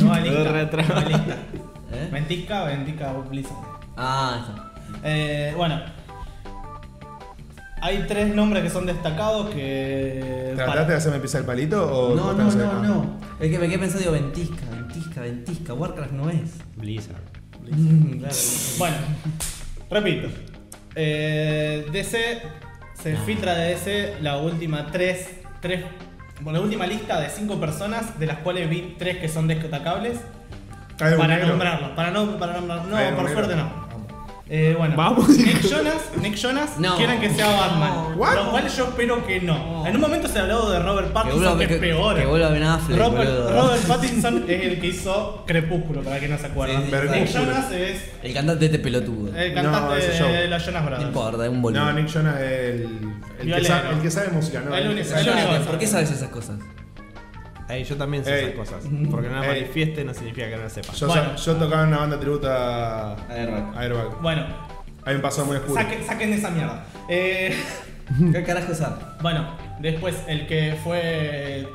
S5: Nueva lista.
S1: Retra-
S5: nueva lista.
S3: ¿Eh?
S5: Ventisca, Ventisca Blizzard.
S3: Ah,
S5: Eh, bueno. Hay tres nombres que son destacados que.
S4: ¿Trataste de hacerme pisar el palito o
S3: está. No, no,
S4: trataste de-
S3: no,
S4: ah.
S3: no. Es que me quedé pensando, digo, ventisca, ventisca, ventisca. Warcraft no es.
S1: Blizzard.
S3: claro.
S5: Bueno, repito. Eh, DC se filtra de DC la última tres, tres, bueno, la última lista de cinco personas, de las cuales vi tres que son destacables
S4: Ah, Hay un
S5: para
S4: negro.
S5: nombrarlos, para no, para nombrar,
S4: Hay un
S5: no, por
S4: negro.
S5: suerte no. Eh, bueno,
S1: Vamos.
S5: Nick Jonas, Nick Jonas
S3: No.
S5: quieren que sea Batman.
S4: What?
S5: Lo cual yo espero que no.
S3: No.
S5: En un momento se ha hablado de Robert
S3: Que
S5: Pattinson,
S3: vuelva,
S5: que,
S3: que,
S5: es peor.
S3: que vuelva Ben Affleck,
S5: Robert,
S3: boludo.
S5: Robert Pattinson es el que hizo Crepúsculo, para que no se acuerdan.
S3: Sí, sí,
S5: Nick
S4: Crepúsculo.
S5: Jonas es
S3: El cantante este pelotudo.
S5: el
S4: No,
S5: cantante
S4: ese yo.
S5: de los Jonas
S3: no
S5: Brothers.
S3: importa, es un boludo.
S4: Eh, No, Nick Jonas es el, el, que,
S5: Violero.
S4: sabe, el que sabe música, ¿no?
S5: El único,
S4: que
S5: el
S4: sabe-
S5: único.
S3: Cállate, ¿Por qué sabes esas cosas?
S1: Ey, yo también sé
S4: Ey.
S1: esas cosas. Porque no las
S4: Ey.
S1: manifieste no significa que no las sepa.
S4: Yo,
S5: Bueno.
S4: yo tocaba en una banda tributa a
S3: Airbag.
S4: Airbag.
S5: Bueno,
S4: Hay un pasado muy oscuro.
S5: saque- saquen esa mierda. Eh,
S3: ¿Qué carajo es esa?
S5: bueno, después el que fue.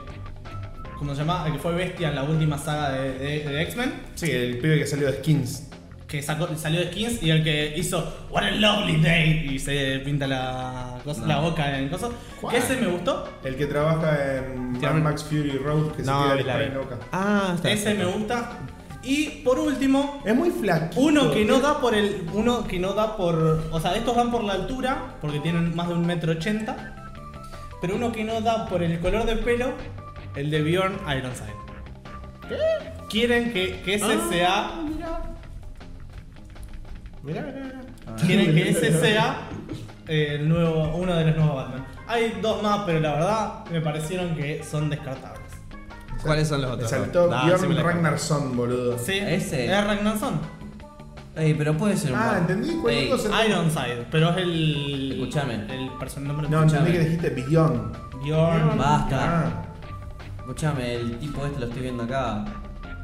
S5: ¿Cómo se llama? El que fue Bestia en la última saga de, de- de X-Men.
S4: Sí, el pibe que salió de Skins.
S5: que sacó, salió de Skins y el que hizo What a lovely day y se pinta la, cosa-
S3: No.
S5: la boca en cosas.
S4: ¿Cuál?
S5: Que ese me gustó.
S4: El que trabaja en
S1: Sí,
S4: Mad
S1: no.
S4: Max Fury Road, que
S1: No,
S4: se tira
S1: vi
S4: el
S1: la
S4: spray en
S1: vi.
S4: la boca.
S1: Ah, está.
S5: Ese me gusta. Y por último,
S4: Es muy flaquito.
S5: uno que no da por el. Uno que no da por. O sea, estos van por la altura, porque tienen más de un metro ochenta. Pero uno que no da por el color de pelo, el de Bjorn Ironside. Quieren que, que ese
S3: Ah.
S5: sea.
S1: Mirá, mirá, mirá.
S5: Quieren que ese sea el nuevo, uno de los nuevos Batman. Hay dos más, pero la verdad me parecieron que son descartables.
S1: ¿Cuáles son los
S4: Me
S1: otros?
S4: saltó
S1: Ah, sí me
S4: Bjorn
S1: la escapé.
S4: Ragnarsson, boludo.
S5: Sí,
S3: Ese.
S5: es Ragnarsson.
S3: Ey, pero puede ser un
S4: Ah,
S3: Batman.
S4: entendí, cualquier
S3: Ey,
S4: cosa.
S5: Ironside, pero es el.
S3: Escuchame.
S5: El personaje.
S4: No, entendí que dijiste Beyond.
S5: Bjorn.
S3: Basta.
S4: Ah,
S3: Escuchame, el tipo este lo estoy viendo acá.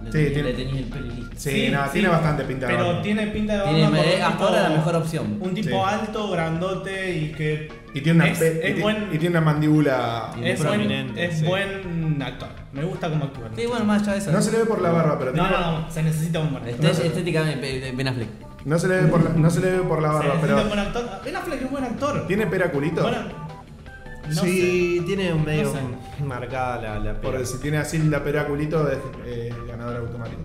S3: Le,
S4: Sí,
S3: tenés-
S4: tiene-
S3: le tenés el pelo listo.
S4: sí, no, tiene bastante pinta de
S5: Pero
S4: Batman.
S5: tiene pinta de
S3: Tiene-
S5: Batman por
S3: eh,
S5: un
S3: hasta
S5: tipo-
S3: ahora la mejor opción.
S5: Un tipo
S4: Sí.
S5: alto, grandote y que.
S4: Y tiene una,
S5: es,
S4: pe- y
S5: es
S4: ti-
S5: buen,
S4: y tiene una mandíbula.
S3: Y-
S5: es, buen,
S1: prominente,
S5: es
S1: sí.
S5: buen actor. Me gusta como actúa.
S3: Sí, bueno, más allá de eso.
S4: No se le ve por la barba, pero
S5: no,
S4: tiene-
S5: no, no, se necesita un buen actor.
S3: Este-
S4: no se-
S3: estéticamente, Ben Affleck.
S4: no se le ve por la, no se le ve por la
S5: Se
S4: barba,
S5: necesita un buen
S4: pero
S5: actor. Ah, Ben Affleck es un buen actor.
S4: tiene pera culito.
S5: Bueno, no
S1: sí, tiene un medio
S5: sé.
S1: marcada la, la pera.
S4: Porque si tiene así la pera culito es eh, ganador automático.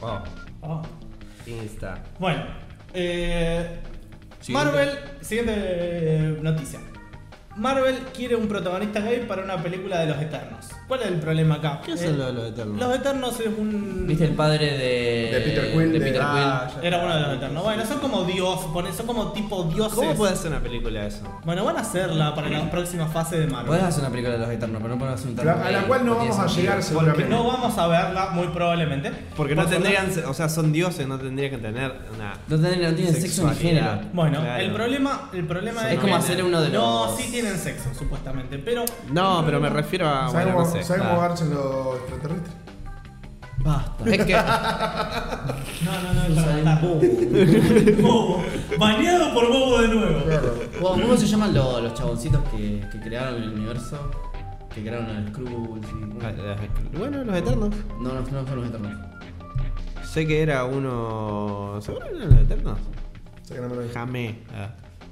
S1: Oh,
S5: sé. Oh.
S1: Insta.
S5: Bueno, eh,
S3: Siguiente.
S5: Marvel, siguiente eh, noticia. Marvel quiere un protagonista gay para una película de los Eternos. ¿Cuál es el problema acá?
S1: ¿Qué
S5: Eh,
S1: son los, los eternos?
S5: Los Eternos es un...
S3: ¿Viste el padre de.
S4: De Peter Quill,
S3: de
S4: de-
S3: Peter
S1: Ah, ya
S5: Era
S1: está.
S5: uno de los Eternos. Bueno, son como dios, pone- son como tipo dioses.
S1: ¿Cómo puede hacer una película de eso?
S5: Bueno, van a hacerla para la próxima fase de
S3: Quill.
S5: Marvel.
S3: Podés hacer una película de los Eternos, pero no podés hacer un Eterno
S4: A la
S3: gay,
S4: cual no
S3: porque
S4: vamos
S3: es
S4: a
S3: un
S4: llegar
S3: tío.
S5: Que
S4: seguramente.
S5: no vamos a verla, muy probablemente.
S1: Porque no
S5: Por-
S1: tendrían, o sea, son dioses, no tendrían que tener una.
S3: No tienen, no tienen sexo ni
S1: Sexualidad.
S3: género.
S5: Bueno,
S1: Claro.
S5: el problema, el problema
S1: Es
S5: es
S1: como
S5: que-
S1: hacer
S3: uno de
S5: No,
S3: los-
S5: sí tienen sexo, supuestamente, pero...
S1: No, pero me refiero a.
S4: ¿Saben
S1: Bueno,
S4: cómo,
S1: no sé.
S4: saben
S3: ah.
S4: cómo garchan los extraterrestres?
S3: Basta.
S1: Es que.
S5: No, no, no,
S3: Vos
S5: para
S3: sabés,
S5: matarlo.
S3: bobo.
S1: Uh.
S5: Bobo. Baneado por Bobo de nuevo.
S3: Vos, ¿Cómo se llaman los, los chaboncitos que, que crearon el universo? Que crearon el Skrull.
S1: Ah,
S3: y-
S1: Bueno, los eternos.
S3: No, no, no son los Eternos.
S1: Sé que era uno. ¿Seguro eran los eternos?
S4: O sea que no me lo dije.
S1: Déjame. ah.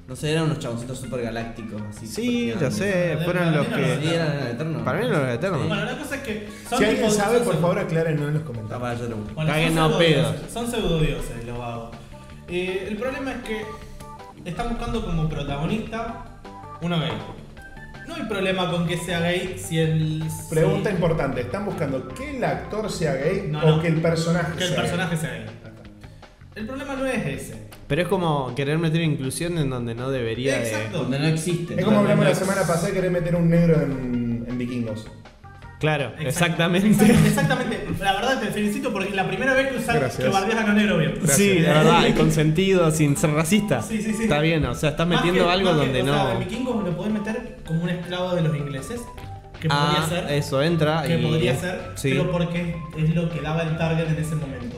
S3: No sé, eran unos chaboncitos super galácticos. Así,
S1: Sí,
S3: supergigantes.
S1: ya sé,
S5: Ah,
S1: fueron
S5: de-
S1: los
S5: de- de-
S3: Sí,
S1: que.
S3: eran eran Eternos.
S1: Para mí eran los eternos.
S5: Bueno, la cosa es que son
S4: Si alguien
S5: tipo-
S4: sabe,
S5: son
S4: por
S5: pseudo-
S4: favor aclárenlo en los comentarios.
S3: Está para allá, lo-
S5: Bueno, son
S1: Caguen a
S5: pseudodioses,
S1: pedos.
S5: Son pseudodioses los vagos. Eh, el problema es que están buscando como protagonista uno gay. No hay problema con que sea gay si el. si-
S4: Pregunta importante, ¿están buscando que el actor sea gay
S5: No,
S4: o
S5: no.
S4: que el personaje
S5: que el
S4: sea
S5: personaje sea gay. El problema no es ese.
S1: Pero es como querer meter inclusión en donde no debería de.
S5: Exacto.
S3: Donde no existe.
S4: gay? Es como hablamos la
S5: Exacto.
S4: semana pasada, querer meter un negro en, en vikingos.
S1: Claro, exactamente.
S5: Exactamente. exactamente. La verdad te felicito porque es la primera vez que usas
S4: Gracias.
S5: que bardeas a no negro bien.
S1: Sí, la verdad, y con sentido, sin ser racista.
S5: Sí, sí, sí.
S1: Está bien, o sea, estás
S5: Más
S1: metiendo
S5: que-
S1: algo
S5: más que-
S1: donde
S5: o
S1: no.
S5: Sea, a vikingos lo podés meter como un esclavo de los ingleses. Que
S1: ah,
S5: podría ser.
S1: eso entra.
S5: que
S1: y-
S5: podría ser.
S1: Sí.
S5: Pero porque es lo que daba el target en ese momento.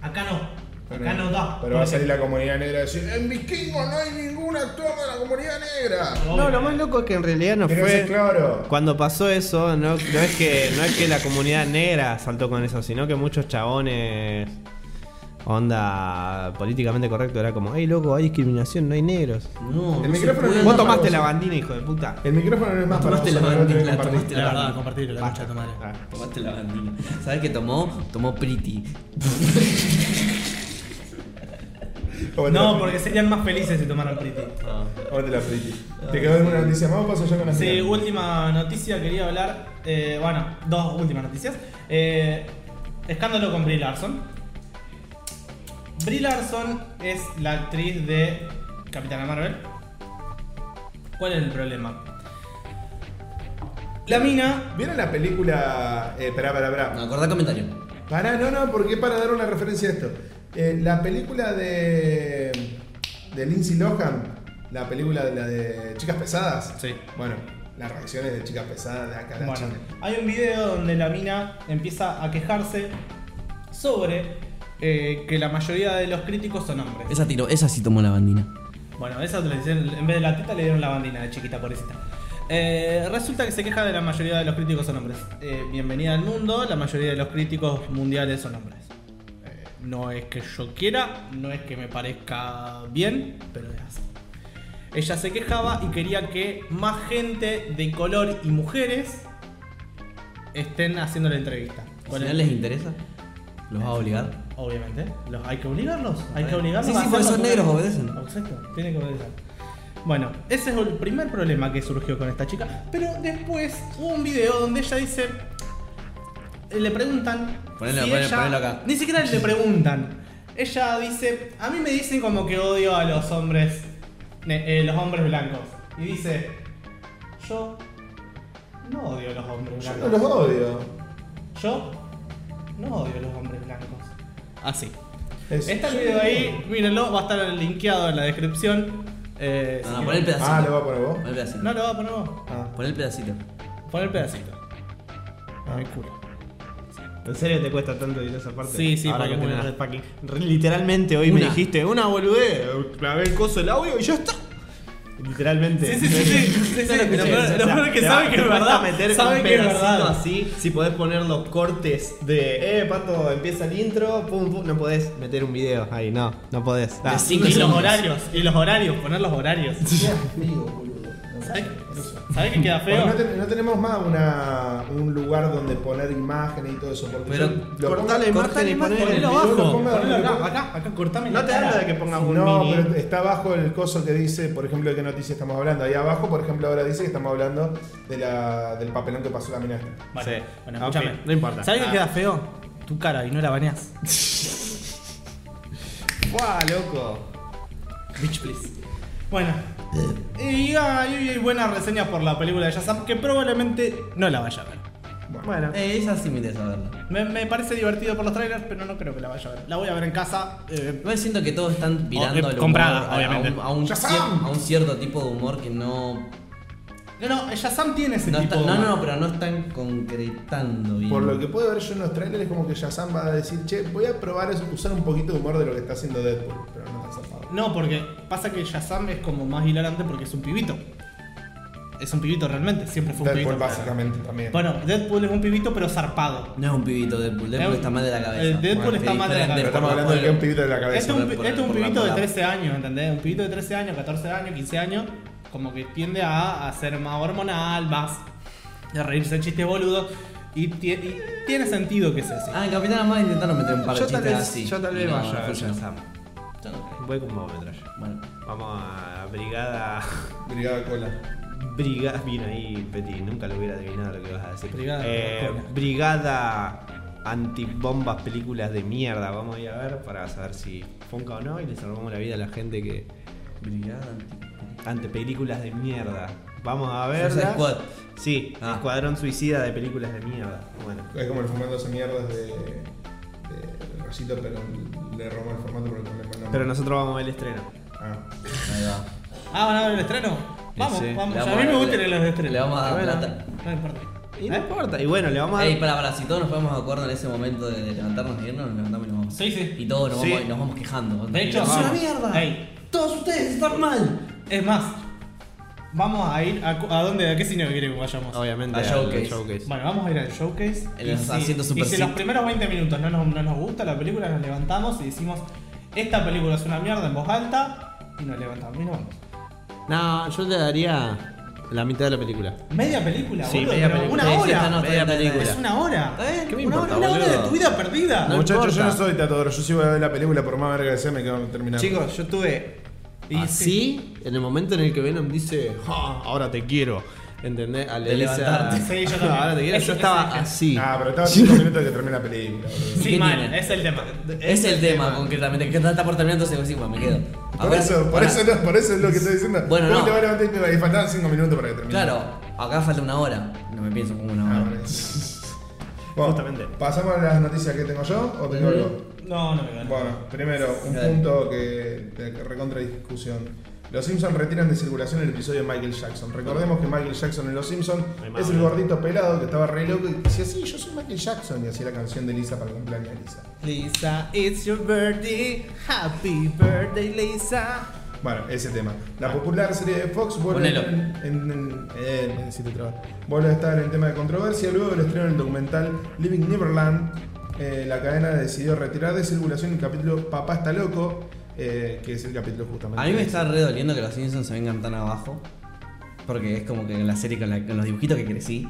S5: Acá no. Acá no da.
S4: Pero va a
S5: porque-
S4: salir la comunidad negra y decir, en vikingos no hay ningún actor de la comunidad negra.
S1: No, lo más loco es que en realidad no
S4: Pero ese es
S1: fue.
S4: claro.
S1: Cuando pasó eso, no, no es que, no es que la comunidad negra saltó con eso, sino que muchos chabones. Onda políticamente correcto, era como, hey loco, hay discriminación, no hay negros.
S3: No, no
S4: El
S3: se
S4: micrófono
S3: puede.
S4: no
S1: Vos
S4: es para
S1: tomaste
S4: vos.
S1: la bandina, hijo de puta.
S4: El micrófono no es más para
S3: Tomaste la
S4: vosotros, no lo tenés que
S3: bandina,
S4: compartir.
S3: tomaste
S5: La verdad, compartirlo, Ah, la concha de tu madre.
S1: Ah.
S3: Tomaste la bandina. ¿Sabes qué tomó? Tomó Pretty.
S4: Cómete la
S5: No,
S4: frita.
S5: porque serían más felices si tomaran Pretty.
S3: Ah.
S4: Cómete la frita. ¿Te quedó alguna noticia más o paso yo con la
S5: Sí,
S4: final?
S5: última noticia, quería hablar. eh, bueno, dos últimas noticias. Eh, escándalo con Brie Larson. Brie Larson es la actriz de Capitana Marvel. ¿Cuál es el problema? La mina.
S4: ¿Vieron la película. Eh, pará, pará, pará.
S3: No, acordá el comentario.
S4: Pará, no, no, porque es para dar una referencia a esto. Eh, la película de. de Lindsay Lohan, la película de la de Chicas Pesadas.
S5: Sí.
S4: Bueno, las reacciones de Chicas Pesadas de acá a la
S5: Bueno,
S4: chica.
S5: hay un video donde la mina empieza a quejarse sobre eh, que la mayoría de los críticos son hombres.
S3: Esa tiro, esa sí tomó la bandina.
S5: Bueno, esa le hicieron- en vez de la teta le dieron la bandina de chiquita, pobrecita. Eh, resulta que se queja de la mayoría de los críticos son hombres. Eh, bienvenida al mundo, la mayoría de los críticos mundiales son hombres. Eh, no es que yo quiera, no es que me parezca bien, pero es así. Ella se quejaba y quería que más gente de color y mujeres estén haciendo la entrevista.
S3: Si
S5: Bueno,
S3: no les interesa, los va a obligar.
S5: Obviamente, los hay que obligarlos, hay que obligarlos.
S3: Sí, sí,
S5: a hacer
S3: porque
S5: lo
S3: son
S5: que-
S3: negros, obedecen.
S5: Exacto, tienen que obedecer. Bueno, ese es el primer problema que surgió con esta chica. Pero después hubo un video donde ella dice. Le preguntan.
S3: Ponelo, ponelo, ponelo acá.
S5: Ni siquiera le preguntan. Ella dice. A mí me dicen como que odio a los hombres. ne- eh, los hombres blancos. Y dice. Yo. No odio a los hombres
S4: Yo
S5: blancos.
S4: no los odio.
S5: Yo no odio a los hombres blancos.
S3: Ah,
S5: Así.
S4: Es-
S5: Está el video ahí, mírenlo, va a estar linkeado en la descripción. Eh,
S3: No,
S5: si
S3: no,
S5: quieren-
S3: pon el pedacito.
S4: Ah, lo va a poner vos.
S3: Pon el pedacito.
S5: No lo va a poner vos.
S4: Ah.
S3: Pon el pedacito.
S5: Pon el pedacito.
S4: Ah.
S2: ¿En serio te cuesta tanto editar esa parte?
S5: Sí, sí,
S2: Ahora
S5: porque
S2: que
S5: es muy
S2: tenés packing. Re- Literalmente hoy
S3: Una.
S2: me dijiste una boludez, clavé el coso del audio y ya está. Literalmente.
S5: Sí, sí, sí, sí. sí, sí. Lo peor- lo peor es que sabe que es verdad.
S2: meter
S5: Sabe
S2: un
S5: que es
S2: pedacito
S5: verdad.
S2: así. Si podés poner los cortes de, eh, Pato, empieza el intro, pum, pum. No podés meter un video ahí, no, no podés. Ah.
S3: De cinco
S5: y los
S3: segundos.
S5: horarios, y los horarios, poner los horarios.
S4: Amigo, boludo. No sé, no sé.
S5: ¿Sabés que queda
S4: Porque
S5: feo?
S4: No, te- no tenemos más una, un lugar donde poner imágenes y todo eso. Porque
S3: Pero
S4: yo lo
S2: cortá la
S4: pongo-
S2: imagen
S4: cortá la
S2: y
S4: imagen,
S2: ponelo
S4: yo lo
S2: abajo.
S4: pongo-
S5: Ponelo acá, acá, acá, cortame la
S2: No te
S5: cara.
S2: hablo de que pongas un
S4: No,
S2: mini.
S4: pero está abajo el coso que dice, por ejemplo, de qué noticia estamos hablando. Ahí abajo, por ejemplo, ahora dice que estamos hablando de la, del papelón que pasó la mina esta.
S5: Bueno,
S2: Sí.
S5: bueno,
S2: Ok,
S5: escúchame.
S2: no importa.
S5: ¿Sabés que
S2: Ah.
S5: queda feo? Tu cara y no la baneas.
S2: ¡Buah, loco!
S5: Bitch, please. Bueno. Y hay, hay buenas reseñas por la película de Shazam que probablemente no la vaya a ver.
S2: Bueno.
S3: Eh, esa sí me interesa verla.
S5: Me, me parece divertido por los trailers, pero no creo que la vaya a ver. La voy a ver en casa. eh,
S3: Igual siento que todos están virando
S5: eh,
S3: al humor,
S5: comprada,
S3: a- a
S5: obviamente.
S3: un- A, un,
S4: ¡Shazam!
S3: cier- a un cierto tipo de humor que no.
S5: no, no, Shazam tiene ese
S3: No,
S5: tipo
S3: está-
S5: de
S3: no,
S5: humor.
S3: no, pero no están concretando bien.
S4: Por lo que puedo ver yo en los trailers, como que Shazam va a decir, che, voy a probar a usar un poquito de humor de lo que está haciendo Deadpool. Pero no está zafado.
S5: No, porque pasa que Shazam es como más hilarante porque es un pibito. Es un pibito realmente, siempre fue un
S4: Deadpool
S5: pibito.
S4: básicamente también.
S5: Bueno, Deadpool es un pibito pero zarpado.
S3: No es un pibito Deadpool, Deadpool
S5: Eh,
S3: está mal de la cabeza.
S5: el Deadpool
S3: Bueno,
S5: está
S3: es
S5: mal de la
S3: diferente,
S5: cabeza.
S4: Pero
S3: por
S4: estamos hablando de que es un
S3: pueblo.
S4: pibito de la cabeza.
S5: Este es un, pi-
S3: por-
S5: este es un
S3: por la
S5: pibito de
S3: palabra.
S5: 13 años, ¿entendés? Un pibito de 13 años, 14 años, 15 años, como que tiende a, a ser más hormonal, más a reírse de chistes boludos. Y, tie- y tiene sentido que sea así.
S3: Ah, en Capitán Amada intentaron meter un par de
S2: Yo tal
S3: chistes
S2: vez,
S3: así.
S2: yo tal vez
S3: y no,
S2: vaya a ver
S3: funcionó.
S2: Shazam.
S3: Yo no creo.
S2: Voy como metralla.
S3: Bueno,
S2: Vamos a Brigada.
S4: Brigada Cola.
S2: Brigada. Vino ahí, Peti. Nunca lo hubiera adivinado lo que vas a decir.
S5: Brigada
S2: Eh,
S5: Coca-Cola.
S2: brigada Antibombas Películas de Mierda. Vamos a ir a ver para saber si funca o no y le salvamos la vida a la gente que.
S3: brigada.
S2: Ante películas de mierda. Vamos a ver.
S3: Suicide Squad.
S2: Sí,
S3: Ah.
S2: Escuadrón Suicida de películas de mierda. Bueno.
S4: Es como el fumándose mierdas de. de Rosito, pero le robó el formato porque no le mandó.
S2: Pero nosotros vamos a ver el estreno.
S4: Ah.
S3: Ahí va.
S5: Ah, ¿van a ver el estreno? Vamos,
S2: Sí, sí.
S5: vamos.
S3: Le
S5: A
S3: vamos
S5: mí me
S3: a-
S5: gustan los estrenos.
S3: Le vamos a dar
S2: Bueno.
S3: plata.
S5: No importa.
S2: Y no importa. ¿Eh? Y bueno, le vamos a dar-
S3: Ey, para, para, si todos nos ponemos de acuerdo en ese momento de levantarnos y irnos, nos levantamos y nos vamos.
S5: Sí, sí.
S3: Y todos nos,
S2: Sí.
S3: vamos, y nos vamos quejando.
S5: De hecho,
S3: es una
S5: vamos.
S3: mierda.
S5: Ey.
S3: Todos ustedes están mal.
S5: Es más, vamos a ir a, cu- a dónde, a qué cine quiere que vayamos.
S2: Obviamente.
S3: A
S2: al
S3: showcase.
S5: Bueno, vamos a ir al showcase.
S3: En
S5: y
S3: los
S5: si,
S3: asientos
S5: y
S3: super
S5: si
S3: sit.
S5: los primeros 20 minutos no nos, no nos gusta la película, nos levantamos y decimos, esta película es una mierda en voz alta, y nos levantamos y nos vamos.
S1: No, yo le daría la mitad de la película.
S5: Media película,
S2: Sí,
S5: boludo,
S2: media
S5: pero
S2: película.
S5: una
S3: Sí, sí,
S5: hora.
S3: está, no, está
S2: media
S3: bien, está bien.
S5: Es una hora.
S3: Está bien, ¿qué me
S5: una
S3: importa,
S5: hora, una hora de
S3: boludo?
S5: tu vida perdida.
S1: No
S4: Muchachos, yo no
S1: importa.
S4: soy tatuador, yo sí voy a ver la película, por más verga que sea, me quedo terminando.
S2: Chicos, yo tuve.
S3: Ah,
S5: Ah,
S1: Así, en el momento en el que Venom dice, "Ja, ahora te quiero. ¿Entendés? Al
S3: De
S1: leer esa-
S3: levantarte.
S5: Sí, yo
S1: No,
S5: también.
S1: ahora te quiero-
S5: Es-
S1: yo
S5: es-
S1: estaba
S5: es-
S1: así.
S4: Ah, pero estaba 5 minutos de que termine la película. boludo.
S5: Sí,
S3: ¿Qué
S5: mal,
S3: tiene?
S5: es el tema.
S3: Es el tema, concretamente, que está por terminar, entonces sí, bueno, me quedo. A
S4: Por
S3: ver,
S4: eso, por
S3: ahora,
S4: eso, no, por eso es lo que estoy diciendo.
S3: Bueno,
S4: Vos
S3: no.
S4: te vas a levantar y te vas- y faltaban 5 minutos para que termine.
S3: Claro, acá falta una hora. No me pienso como una
S4: Ah,
S3: hora.
S4: bueno. Bueno,
S2: Justamente.
S4: ¿Pasamos a las noticias que tengo yo o tengo algo?
S5: No, no me gano.
S4: Bueno, primero, un
S3: Dale.
S4: punto que de recontra discusión. Los Simpsons retiran de circulación el episodio de Michael Jackson. Recordemos que Michael Jackson en Los Simpsons
S2: Ay,
S4: es
S2: madre.
S4: el gordito pelado que estaba re loco y decía, sí, yo soy Michael Jackson. Y hacía la canción de Lisa para el cumpleaños de Lisa.
S1: Lisa, it's your birthday. Happy birthday, Lisa.
S4: Bueno, ese tema. La popular serie de Fox vuelve
S3: Ponelo.
S4: a, estar en, en- en- eh, me necesito trabajar. vuelve a estar en tema de controversia luego del estreno del documental Living Neverland. eh, la cadena decidió retirar de circulación el capítulo Papá está loco, eh, que es el capítulo justamente.
S3: A mí me
S4: de-
S3: está re doliendo que los Simpsons se vengan tan abajo. Porque es como que en la serie con, la- con los dibujitos que crecí.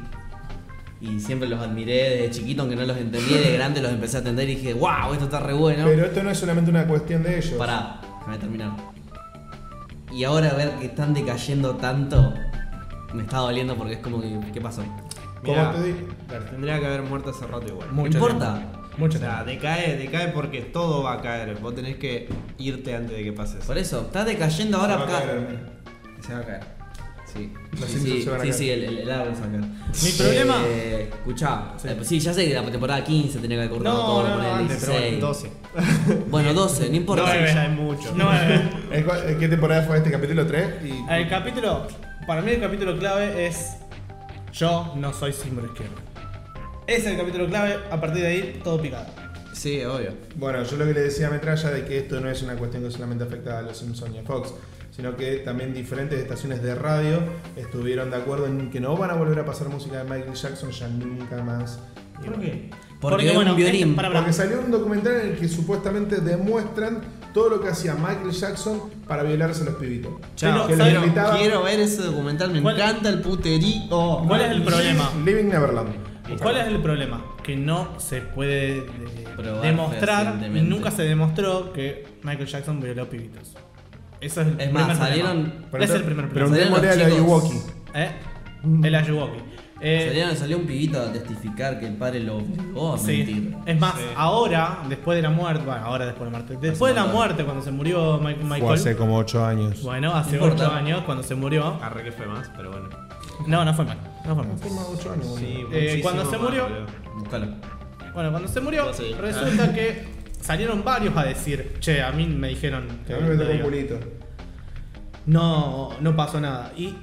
S3: Y siempre los admiré desde chiquito, aunque no los entendí. De grande los empecé a entender y dije, wow, esto está re bueno.
S4: Pero esto no es solamente una cuestión de ellos.
S3: Pará, déjame terminar. Y ahora ver que están decayendo tanto, me está doliendo porque es como que, ¿qué pasó?
S4: Como
S2: Mirá.
S4: te digo. Dale.
S1: Tendría que haber muerto hace rato igual.
S3: No importa.
S1: Mucho. O sea, decae, decae porque todo va a caer. Vos tenés que irte antes de que pase eso.
S3: Por eso, está decayendo ahora
S4: Va a
S3: acá.
S4: caer, hermano.
S1: Se va a caer.
S3: Sí,
S4: Los
S3: sí,
S4: Simpsons
S3: sí,
S4: se van a
S3: sí,
S4: caer.
S3: sí, el, el, el árbol se va a caer.
S5: Mi problema-
S3: Eh, escuchá, eh, pues sí, ya sé que la temporada 15 tenía que haber cortado
S5: No,
S3: todo
S5: no,
S3: por
S5: no,
S3: el
S5: antes,
S2: Pero bueno,
S3: 16.
S2: 12.
S3: Bueno, 12, no importa.
S5: Nueve.
S2: ya es mucho.
S5: Nueve.
S4: ¿El cual- eh, ¿Qué temporada fue este capítulo 3? Y
S5: El capítulo, para mí el capítulo clave es Yo no soy símbolo izquierdo. Ese es el capítulo clave, a partir de ahí todo picado.
S3: em-
S1: Sí, obvio.
S4: Bueno, yo lo que le decía a Metralla de que esto no es una cuestión que solamente afecta a los Simpsons y a Fox, sino que también diferentes estaciones de radio estuvieron de acuerdo en que no van a volver a pasar música de Michael Jackson ya nunca más. Y bueno,
S3: Porque era un violín.
S5: para,
S4: Porque salió un documental en el que supuestamente demuestran todo lo que hacía Michael Jackson para violarse a los pibitos.
S1: Chao.
S4: que los
S5: Quiero-
S4: invitaba-
S1: Quiero ver ese documental, me
S5: ¿Cuál-
S1: encanta el puterío.
S5: ¿Cuál es el problema?
S4: Living Neverland.
S5: ¿Cuál es el problema? Que no se puede eh,
S3: Probar
S5: demostrar y
S3: fehacientemente.
S5: nunca se demostró que Michael Jackson violó pibitos. Eso es el
S3: Es
S5: primer
S3: más,
S5: problema.
S3: salieron-
S4: Pero
S5: es
S4: no-
S5: el primer
S4: Pero
S5: problema.
S3: Salían
S4: démosle a
S3: los
S4: la
S3: chicos.
S4: Iwoki.
S5: ¿Eh? El Ayuwoki. Eh,
S3: Salió, salió un pibito a testificar que el padre lo obligó a
S5: Sí.
S3: mentir.
S5: Es más, ahora, después de la muerte, bueno, ahora después de la muerte, después de la
S3: montón.
S5: muerte, cuando se murió Mike-
S4: Fue
S5: Michael,
S4: hace como 8 años.
S5: Bueno, hace
S3: No importa.
S5: 8 años cuando se murió.
S2: Arre que fue más, pero bueno.
S5: No, no fue mal. No fue mal.
S4: Fue más de ocho años, boludo.
S2: Sí,
S5: Eh,
S2: muchísimo
S5: cuando se
S2: más,
S5: murió-
S2: boludo.
S3: Búscalo.
S5: Bueno, cuando se murió,
S1: Sí.
S5: resulta que salieron varios a decir, che, a mí me dijeron que
S4: A mí me
S5: lo
S4: tocó un
S5: diga".
S4: culito.
S5: no, no pasó nada. Y.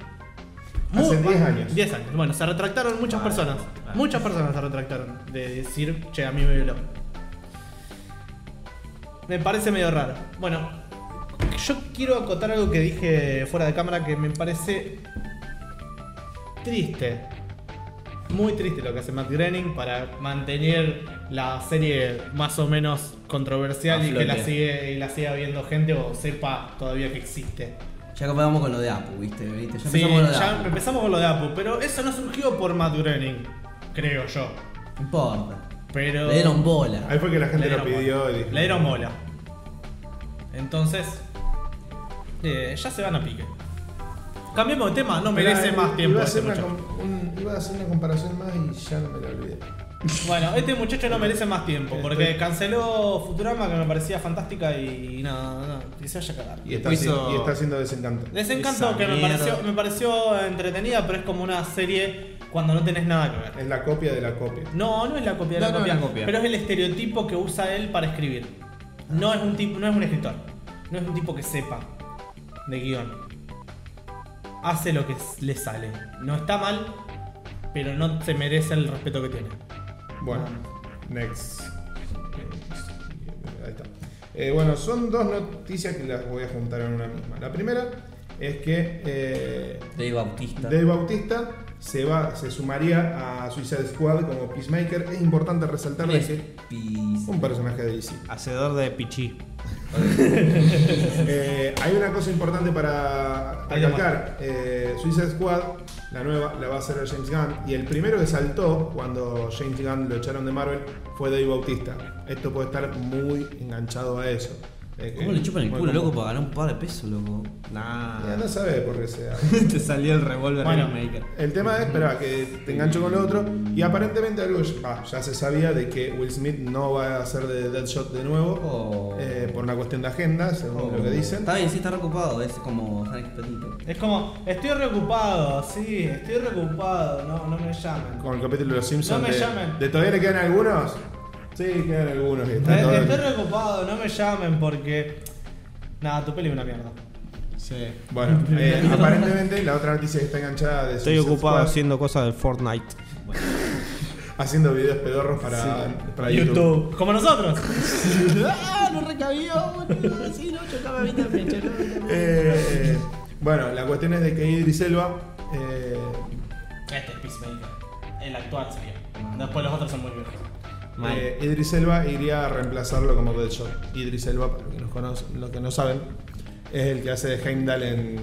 S4: Hace
S5: Muy-
S4: 10 años.
S5: 10 años. Bueno, se retractaron muchas personas. Muchas personas se retractaron de decir, che, a mí me violó. Me parece medio raro. Bueno, yo quiero acotar algo que dije fuera de cámara que me parece triste. Muy triste lo que hace Matt Groening para mantener la serie más o menos controversial
S3: A
S5: y que la
S3: flote.
S5: sigue y la siga viendo gente o sepa todavía que existe.
S3: Ya comparamos con lo de Apu, ¿viste? ¿Viste? Ya
S5: Sí,
S3: empezamos con lo de
S5: ya
S3: Apu.
S5: empezamos con lo de Apu, pero eso no surgió por Matt Groening, creo yo.
S3: No importa.
S5: Pero
S3: Le dieron bola.
S4: Ahí fue que la gente
S5: le
S4: lo
S5: dieron
S4: pidió
S5: bola.
S4: y dijo-
S5: Le dieron bola. Entonces, eh, ya se van a pique. Cambiemos de tema, no merece
S4: Esperá,
S5: más tiempo.
S4: eh, Iba a,
S5: este
S4: hacer una,
S5: muchacho.
S4: com- un- iba a hacer una comparación más y ya no me la olvidé.
S5: Bueno, este muchacho no merece más tiempo porque canceló Futurama que me parecía fantástica y nada, nada, y se vaya a cagar.
S4: Y está,
S1: Después
S4: haci-
S1: hizo-
S4: y está haciendo desencanto.
S5: Desencanto
S1: Esa
S5: que me
S1: mierda.
S5: pareció, me pareció entretenida, pero es como una serie cuando no tenés nada que ver.
S4: Es la copia de la copia.
S5: No, no es la copia de
S1: No,
S5: la,
S1: no
S5: copia,
S1: es la copia.
S5: Pero es el estereotipo que usa él para escribir. No es un tipo, no es un escritor. No es un tipo que sepa de guión. Hace lo que s- le sale. No está mal, pero no se merece el respeto que tiene.
S4: Bueno,
S5: Ah.
S4: next. Next. Ahí está. Eh, bueno, son dos noticias que las voy a juntar en una misma. La primera es que eh,
S3: Dave Bautista.
S4: Dave Bautista se va, se sumaría a Suicide Squad como Peacemaker. Es importante resaltar de que
S3: Pis.
S4: un personaje de DC.
S2: Hacedor de pichí.
S4: Eh, hay una cosa importante para
S5: Algo
S4: recalcar. Eh, Suicide Squad, la nueva, la va a hacer James Gunn. Y el primero que saltó cuando James Gunn lo echaron de Marvel fue Dave Bautista. Esto puede estar muy enganchado a eso. Es que-
S3: ¿Cómo le chupan el
S4: bueno,
S3: culo,
S4: como-
S3: loco, para ganar un par de pesos, loco?
S4: Ya
S1: Nah.
S4: no sabes por qué sea.
S1: Te salió el revólver
S5: Bueno.
S1: Maker.
S4: El tema es, espera, que te engancho con lo otro. Y aparentemente algo que ya- ah, ya se sabía de que Will Smith no va a hacer de Deadshot de nuevo.
S3: Oh.
S4: eh, por una cuestión de agenda, según lo que dicen.
S3: Está bien, sí, está reocupado, es como San Expedito.
S5: Es como, estoy reocupado, sí, estoy reocupado, no, no me llamen.
S4: Con el capítulo de los Simpsons.
S5: No me
S4: de,
S5: llamen.
S4: de todavía le quedan algunos? Sí, quedan algunos. y está
S5: Eh,
S4: todo-
S5: Estoy reocupado, no me llamen porque. Nada, tu peli es una mierda.
S1: Sí.
S4: Bueno, eh, aparentemente la otra noticia que está enganchada de
S2: Estoy
S4: Suicide
S2: ocupado
S4: Squad,
S2: haciendo cosas del Fortnite.
S4: haciendo videos pedorros para, para YouTube.
S5: Como nosotros.
S1: ¡Ah! No recabió, boludo. Sí, no, chocaba a mí también, chocaba a mí también.
S4: Eh, bueno, la cuestión es de que Idris Elba eh,
S5: Este es Peacemaker. El actual sería. Después los otros son muy viejos.
S1: Mal.
S4: Eh, Idris Elba iría a reemplazarlo como Deadshot. Idris Elba, para los que, nos conocen, los que no saben, es el que hace de Heimdall en.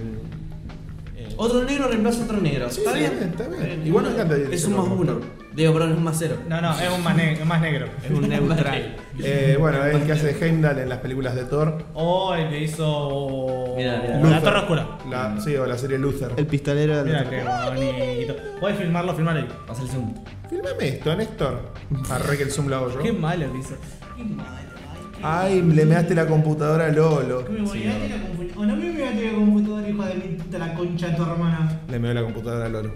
S4: eh,
S3: Otro negro reemplaza a otro negro.
S4: Sí,
S3: ¿Está,
S4: está
S3: bien?
S4: bien, está bien. Igual me encanta Idris
S3: Es un
S4: Elba
S3: más
S4: como
S3: uno. Digo, perdón, es un más cero.
S5: No, no, es un más, ne- más negro.
S1: Es un neutral.
S4: eh, bueno, es el que hace de Heimdall en las películas de Thor.
S5: O Oh, el que hizo. oh,
S3: Mirá, mirá.
S5: La
S4: Luther.
S5: Torre Oscura.
S4: La, sí, o la serie Luther.
S2: El pistolero del
S5: Mira qué bonito. Podés filmarlo, filmar ahí.
S3: Pasa el zoom.
S4: Filmame esto, Néstor. Arre que el zoom lo hago yo.
S5: Qué malo que hizo. Qué malo. Ah.
S4: Ay, le measte la computadora a Lolo.
S5: Me voy a la computadora. O Oh, no me voy a la computadora, hijo de mi puta, la concha de tu hermana.
S4: Le meó la computadora a Lolo.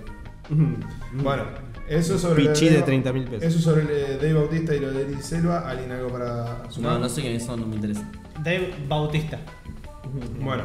S4: Bueno, eso sobre.
S2: Pichí
S4: lo
S2: de 30.000 pesos.
S4: Eso sobre el, eh, Dave Bautista y lo de Idris Elba. ¿Alguien algo para sumar?
S3: No, no sé quiénes son, no me interesa.
S5: Dave Bautista.
S4: Bueno,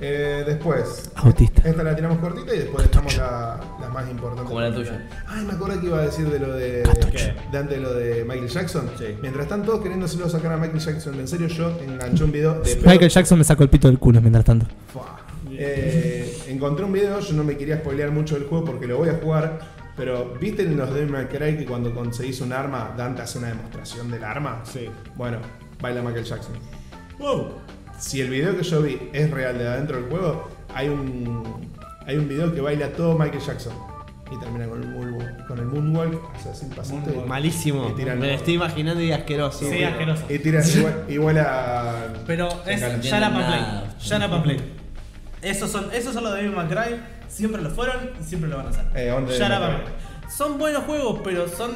S4: eh, después.
S1: Autista.
S4: Esta la tiramos cortita y después dejamos la- las más importantes.
S3: Como la tuya.
S4: Ay, me acuerdo que iba a decir de lo de. De antes de lo de Michael Jackson. Mientras están todos queriéndoselo sacar a Michael Jackson, en serio, yo enganché un video de.
S6: Michael Jackson me sacó el pito del culo mientras tanto.
S4: Fua. Eh, encontré un video, yo no me quería spoilear mucho el juego porque lo voy a jugar. Pero, ¿viste en los Devil May Cry que cuando conseguís un arma, Dante hace una demostración del arma? Sí. Bueno, baila Michael Jackson. Si el video que yo vi es real de adentro del juego, hay un, hay un video que baila todo Michael Jackson. Y termina con el moonwalk, con el moonwalk hace así el pasito y-
S1: Malísimo.
S4: Y
S1: Me
S4: tira el
S1: lo estoy imaginando y asqueroso.
S5: Sí,
S1: boludo.
S5: asqueroso.
S4: y tira igual, igual a...
S5: Pero es
S3: no entiendo
S5: ya la
S3: nada.
S5: Play. Ya la Play. Esos son, esos son los de Devil May Cry, siempre lo fueron y siempre lo van a hacer.
S4: Eh, ¿dónde
S5: Shut
S4: Devil
S5: Up
S4: May
S5: and
S4: Cry?
S5: Play. Son buenos juegos, pero son.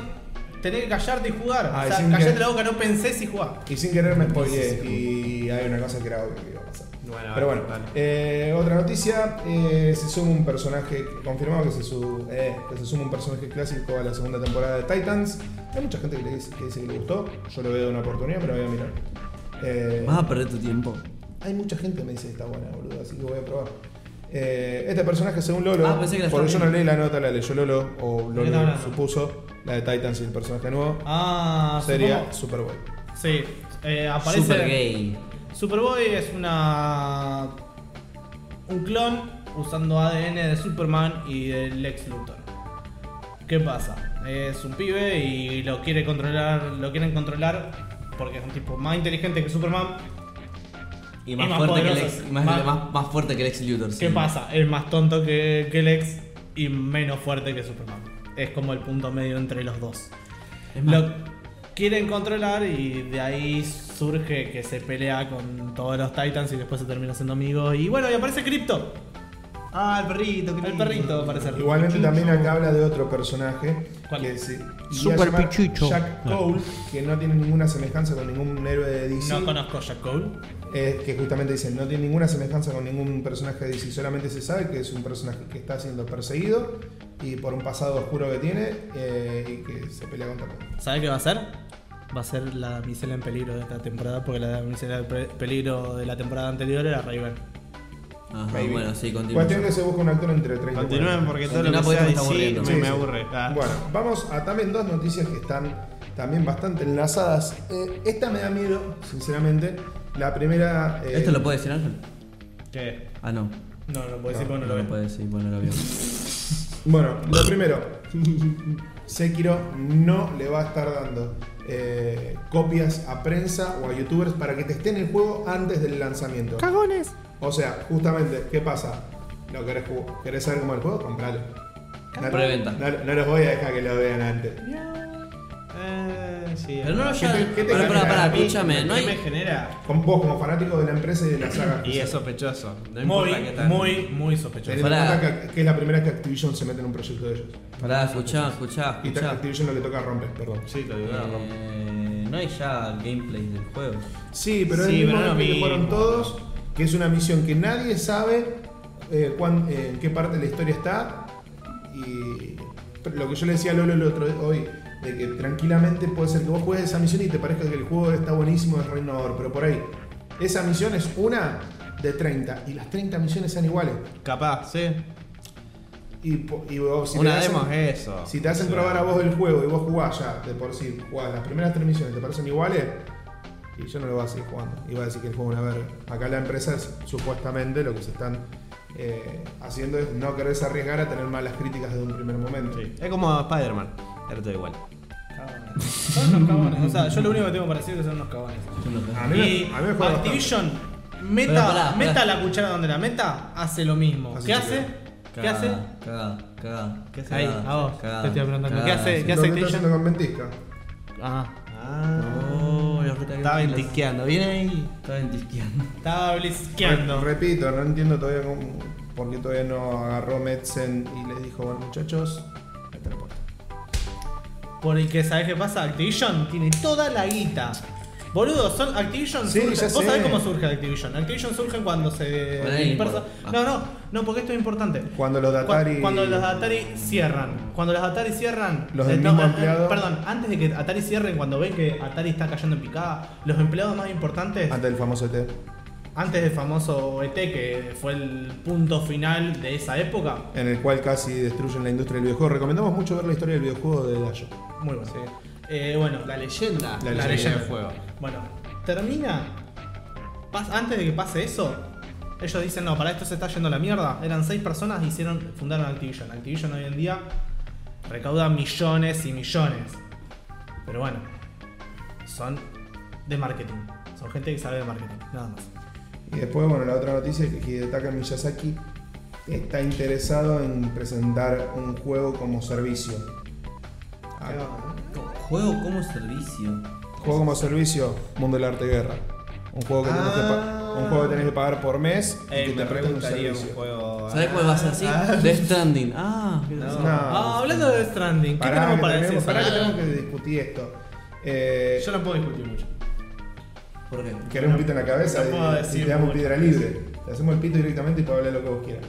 S5: Tenés que callarte y jugar.
S4: Ah,
S5: o sea,
S4: dicen
S5: callate
S4: que-
S5: la boca, no pensés y jugá.
S4: Y sin querer me spoileé y hay una cosa que era obvio que iba a pasar.
S1: Bueno,
S4: Pero bueno,
S1: dale.
S4: eh, otra noticia, eh, se suma un personaje, confirmado que se, su- eh, que se suma un personaje clásico a la segunda temporada de Titans. Hay mucha gente que, le dice, que dice que le gustó, yo lo veo de una oportunidad, pero voy a mirar. Eh,
S3: Vas a perder tu tiempo.
S4: hay mucha gente que me dice que está buena, boludo, así que voy a probar. Eh, este personaje, según Lolo,
S3: Ah, pensé que la
S4: porque yo
S3: estaba
S4: no leí la nota, la leyó Lolo, o Lolo
S5: No, no, no.
S4: supuso, la de Titans y el personaje nuevo,
S5: Ah,
S4: sería
S5: supongo-
S4: Superboy.
S5: Sí, eh, aparece.
S3: Super gay.
S5: Superboy es una. un clon usando ADN de Superman y del Lex Luthor. ¿Qué pasa? Es un pibe y lo quiere controlar. Lo quieren controlar porque es un tipo más inteligente que Superman.
S3: Y más,
S5: más
S3: fuerte que el
S5: poderoso.
S3: ex, más,
S5: Más-
S3: más- más fuerte que el ex Luthor.
S5: ¿Qué
S3: sí.
S5: pasa? Es más tonto que, que Lex y menos fuerte que Superman. Es como el punto medio entre los dos.
S3: Es más,
S5: Lo quieren controlar y de ahí surge que se pelea con todos los Titans y después se termina siendo amigos. Y bueno, y aparece Crypto.
S1: Ah, el perrito. qué
S5: El
S1: lindo.
S5: perrito aparece.
S4: Igualmente también acá habla de otro personaje
S5: ¿Cuál?
S4: que se y
S2: Super
S4: se llama
S2: Pichucho.
S4: Jack Cole, que no tiene ninguna semejanza con ningún héroe de DC,
S5: No conozco a Jack Cole.
S4: eh, que justamente dicen no tiene ninguna semejanza con ningún personaje de DC, solamente se sabe que es un personaje que está siendo perseguido y por un pasado oscuro que tiene eh, y que se pelea contra todo.
S5: ¿Sabe qué va a ser? Va a ser la misela en peligro de esta temporada, porque la misela en pe- peligro de la temporada anterior era Raven.
S3: Ajá,
S4: Maybe.
S3: bueno, sí, continúa.
S4: Cuestión que se busca un actor entre 30 y 40.
S2: Continúen porque todo lo
S3: Continúa
S2: que
S3: porque
S2: sea
S3: esto me
S2: DC
S3: está aburriendo.
S2: me,
S4: Sí,
S2: me
S4: sí.
S2: aburre. Ah.
S4: Bueno, vamos a también dos noticias que están también bastante enlazadas. Eh, esta me da miedo, sinceramente. La primera... eh,
S3: ¿Esto lo puede decir Ángel?
S5: ¿Qué?
S3: Ah, no.
S5: No, no puedo decir porque no lo
S3: No lo
S5: veo.
S3: puede decir, bueno, lo vio.
S4: Bueno, lo primero, Sekiro no le va a estar dando eh, copias a prensa o a youtubers para que testen el juego antes del lanzamiento. ¡Cagones! O sea, justamente, ¿qué pasa? ¿No querés, jug- querés saber cómo es el juego? Compralo. No,
S3: Preventa.
S4: no- no los voy a dejar que lo vean antes.
S5: Eh, sí.
S3: Pero no lo
S4: ¿Qué
S3: ya.
S4: te- qué te
S3: Pará, pará,
S4: genera
S3: pará,
S4: a mí?
S3: escúchame.
S5: ¿Qué
S3: No
S5: me
S3: hay.
S5: genera?
S4: Con vos como fanático de la empresa y de la saga.
S1: Y es sospechoso. No
S5: muy,
S1: importa qué tal.
S5: muy, muy sospechoso.
S4: Teniendo en
S3: Pará.
S4: cuenta que, que es la primera vez que Activision se mete en un proyecto de ellos.
S3: Pará, escuchá, escuchá,
S4: Y a
S3: escuchá.
S4: Activision no le toca romper, perdón.
S1: Sí, lo digo.
S3: Eh, no hay ya gameplay del juego.
S4: Sí, pero
S1: Sí,
S4: es el
S1: pero
S4: mismo
S1: no
S4: gameplay que
S1: mismo.
S4: fueron todos, que es una misión que nadie sabe eh, cuán- eh, en qué parte de la historia está. Y pero lo que yo le decía a Lolo el otro hoy, de que tranquilamente puede ser que vos juegues esa misión y te parezca que el juego está buenísimo, es re innovador, pero por ahí. Esa misión es una de 30 y las 30 misiones sean iguales.
S1: Capaz, sí.
S4: Y, po- y vos, si te
S1: Una
S4: hacen-
S1: demo es eso.
S4: Si te hacen probar a vos el juego y vos jugás ya, de por sí, jugás las primeras tres misiones, te parecen iguales, y yo no lo voy a seguir jugando. Y voy a decir que el juego es una verga. Acá la empresa, supuestamente, lo que se están eh, haciendo es no querés arriesgar a tener malas críticas desde un primer momento.
S1: Sí. Es como Spider-Man. Era todo igual.
S5: Cagones. Son unos cagones. O sea, yo lo único que tengo para decir es que son unos cagones.
S4: A mí,
S5: Y
S4: me, a mí me juega bastante.
S5: Activision, meta,
S3: Pero pará, pará.
S5: meta la cuchara donde la meta, hace lo mismo.
S4: Hace
S5: ¿Qué
S4: chicle.
S5: hace? ¿Qué hace?
S3: Cagada, cagada.
S5: ¿Qué hace? Ahí, a vos. Te estoy preguntando, ¿qué hace?
S4: Lo
S5: hace
S4: que está
S5: Activision?
S4: haciendo con Ventisca.
S1: Ah.
S5: Ajá.
S3: Oh, la puta que
S1: Estaba
S3: me-
S1: entiqueando. Viene ahí.
S3: Estaba ventisqueando.
S5: Estaba blisqueando.
S4: Re- Repito, no entiendo todavía cómo, por qué todavía no agarró Metzen y les dijo, bueno muchachos, esta es la puerta.
S5: Porque sabes qué pasa, Activision tiene toda la guita. Boludo, son Activision
S4: Sí,
S5: surge-
S4: ya
S5: vos
S4: sé.
S5: sabés cómo surge Activision. Activision surge cuando se
S3: Bueno, ahí
S5: dispersa.
S3: importa. Ah.
S5: No, no, no, porque esto es importante.
S4: Cuando los de
S5: Cu-
S4: Atari-
S5: Cuando los de Atari cierran. Cuando los de Atari cierran.
S4: Los del
S5: eh,
S4: mismo
S5: eh,
S4: empleado.
S5: Perdón, antes de que Atari cierren, cuando ven que Atari está cayendo en picada, los empleados más importantes,
S4: Antes del famoso E ET.
S5: antes del famoso ET, que fue el punto final de esa época,
S4: en el cual casi destruyen la industria del videojuego. Recomendamos mucho ver la historia del videojuego de Dayo.
S5: muy bueno. Eh, bueno, la
S1: Leyenda.
S4: La
S5: leyenda.
S1: del fuego.
S5: Bueno, termina. pas- antes de que pase eso, ellos dicen, no, para esto se está yendo a la mierda. Eran seis personas y hicieron, fundaron Activision. Activision hoy en día recauda millones y millones. Pero bueno, son de marketing. Son gente que sabe de marketing, nada más.
S4: Y después, bueno, la otra noticia es que Hidetaka Miyazaki está interesado en presentar un juego como servicio. Ah,
S3: Juego como servicio.
S4: juego como servicio, Mundo del Arte y Guerra. Un juego que, tenés que pa- un juego que tenés que pagar por mes y
S5: Eh,
S1: Ey,
S4: que te
S1: me
S4: prestan Eh, un
S1: preguntaría un
S4: servicio.
S1: juego.
S3: ¿Sabés cuál va a ser así?
S1: Ah.
S3: Death Stranding. Ah,
S4: No.
S5: Ah, hablando de Death Stranding, ¿qué
S4: Pará,
S5: tenemos
S4: que
S5: para decir?
S4: tenemos- pará que
S5: sobre-
S4: tenemos que discutir esto. Eh,
S5: Yo no puedo discutir mucho.
S3: ¿por qué?
S4: Querés un pito en la cabeza
S5: no puedo
S4: y- y,
S5: decir
S4: te damos
S5: mucho.
S4: piedra libre. Te hacemos el pito directamente y puedes hablar lo que vos quieras.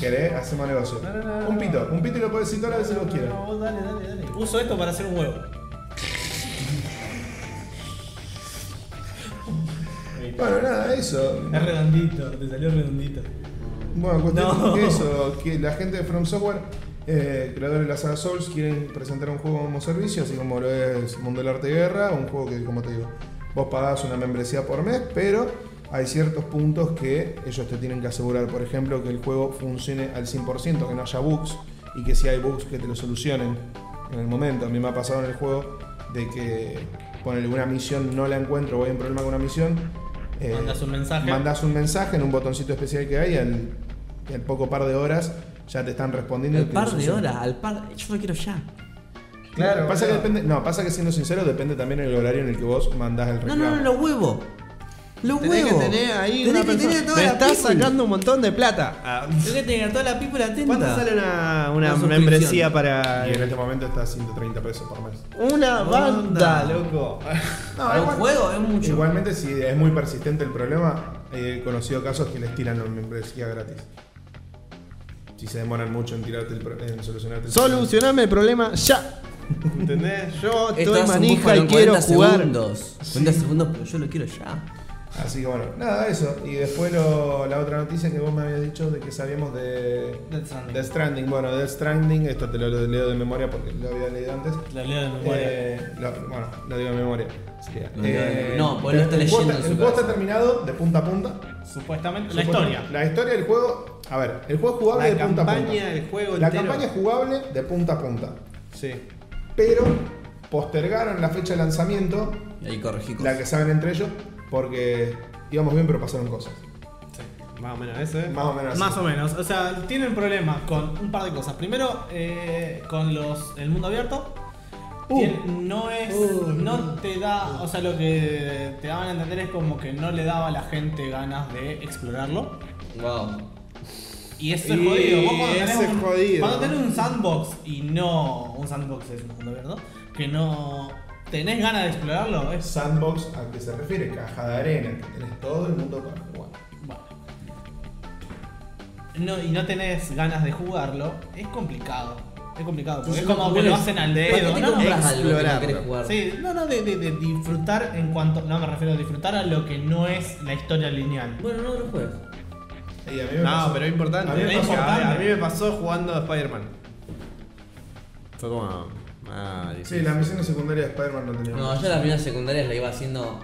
S4: ¿Querés? Hacemos negocio. un pito, un pito y lo puedes decir todas las veces que vos quieras.
S5: vos dale, dale, dale. Uso esto para hacer un huevo.
S4: Bueno, nada, eso.
S5: Es redondito, te salió redondito.
S4: Bueno, cuestión
S5: No.
S4: que eso, que la gente de From Software, eh, creadores de la saga Souls, quieren presentar un juego como servicio, así como lo es Mundo del Arte y Guerra, un juego que, como te digo, vos pagás una membresía por mes, pero hay ciertos puntos que ellos te tienen que asegurar. Por ejemplo, que el juego funcione al 100%, que no haya bugs y que si hay bugs que te lo solucionen en el momento. A mí me ha pasado en el juego de que, ponele una misión, no la encuentro, voy en problema con una misión. eh,
S5: Mandas un mensaje.
S4: Mandás un mensaje en un botoncito especial que hay, al, al poco par de horas ya te están respondiendo. y
S3: Al
S4: te
S3: par
S4: lo
S3: de
S4: solucionan.
S3: horas, al par. Yo lo quiero ya.
S4: Claro, pasa que
S1: boludo.
S4: depende, no, pasa que siendo sincero depende también el horario en el que vos mandás el
S3: No,
S4: reclamo.
S3: no, no, los huevos. Los
S1: Tenés que
S3: huevos.
S1: tener ahí
S3: Tenés
S1: una
S3: que
S1: persona.
S3: tener toda
S1: Me
S3: la
S1: estás
S3: people.
S1: sacando un montón de plata.
S3: Tenés que tener a toda la people atenta.
S1: ¿Cuánto sale una, una
S3: Una suscripción.
S1: membresía para
S4: Y en este momento está a 130 pesos por mes.
S1: una banda,
S3: Onda.
S1: loco?
S3: Para un juego es mucho.
S4: Igualmente si es muy persistente el problema, eh, he conocido casos que les tiran la membresía gratis. Si se demoran mucho en tirarte el pro- en solucionarte el
S1: Solucioname el problema ya. ¿Entendés? Yo
S3: Estoy
S1: estoy manija y quiero jugar.
S3: Segundos. 40 segundos, pero yo lo quiero ya.
S4: Así que bueno, nada, eso. Y después lo- la otra noticia que vos me habías dicho de que sabíamos de
S5: Death Stranding.
S4: Death Stranding. Bueno, Death Stranding, esto te lo, lo leo de memoria porque lo había leído antes.
S5: La leo de
S4: Eh, lo- bueno, lo digo de memoria. Sería,
S3: Lo leo de
S4: eh,
S3: memoria. No, porque lo está
S4: el juego
S3: leyendo
S4: está-
S3: en su
S4: El juego
S3: cabeza.
S4: está terminado de punta a punta.
S5: Supuestamente. La
S4: Supuestamente,
S5: historia.
S4: La historia del juego. A ver, el juego es jugable
S1: La
S4: de punta a punta.
S1: campaña, el juego
S4: la
S1: entero.
S4: campaña es jugable de punta a punta.
S1: Sí.
S4: Pero postergaron la fecha de lanzamiento
S3: Y ahí corregí
S4: la que
S3: cosas.
S4: saben entre ellos, porque íbamos bien, pero pasaron cosas.
S1: Más o menos eso, ¿eh?
S4: Más o menos. así.
S5: Más o menos. O sea, tienen problemas con un par de cosas. Primero, eh, con los el mundo abierto.
S4: Uh.
S5: Tien- no es. no te da. O sea, lo que te daban a entender es como que no le daba a la gente ganas de explorarlo.
S3: Wow.
S5: Y eso
S4: Y
S5: es jodido. Vos cuando
S4: eso
S5: tenés,
S4: es
S5: un,
S4: jodido.
S5: cuando tenés un sandbox y no. Un sandbox es un mundo abierto. Que no. tenés ganas de explorarlo. Es.
S4: Sandbox, ¿a qué se refiere? Caja de arena, que tenés todo el mundo para jugar.
S5: Bueno. No, y no tenés ganas de jugarlo. Es complicado. Es complicado. Porque es como que lo hacen al dedo.
S3: ¿Para qué te
S5: No, no,
S3: compras algo que no
S1: explorarlo.
S3: querés jugar?
S5: Sí, no, no, de, de- de disfrutar en cuanto. No me refiero a disfrutar a lo que no es la historia lineal.
S3: Bueno, no lo juegues.
S4: Y a mí me
S1: No,
S4: pasó-
S1: pero es importante.
S4: A mí me
S1: Es
S4: pasó-
S1: importante.
S5: a
S1: A
S5: mí
S1: mí me pasó jugando a Spider-Man. Fue como. Ah,
S4: Sí,
S1: difícil.
S4: la misión secundaria de Spider-Man no tenía.
S3: No, yo las primeras secundarias las iba haciendo.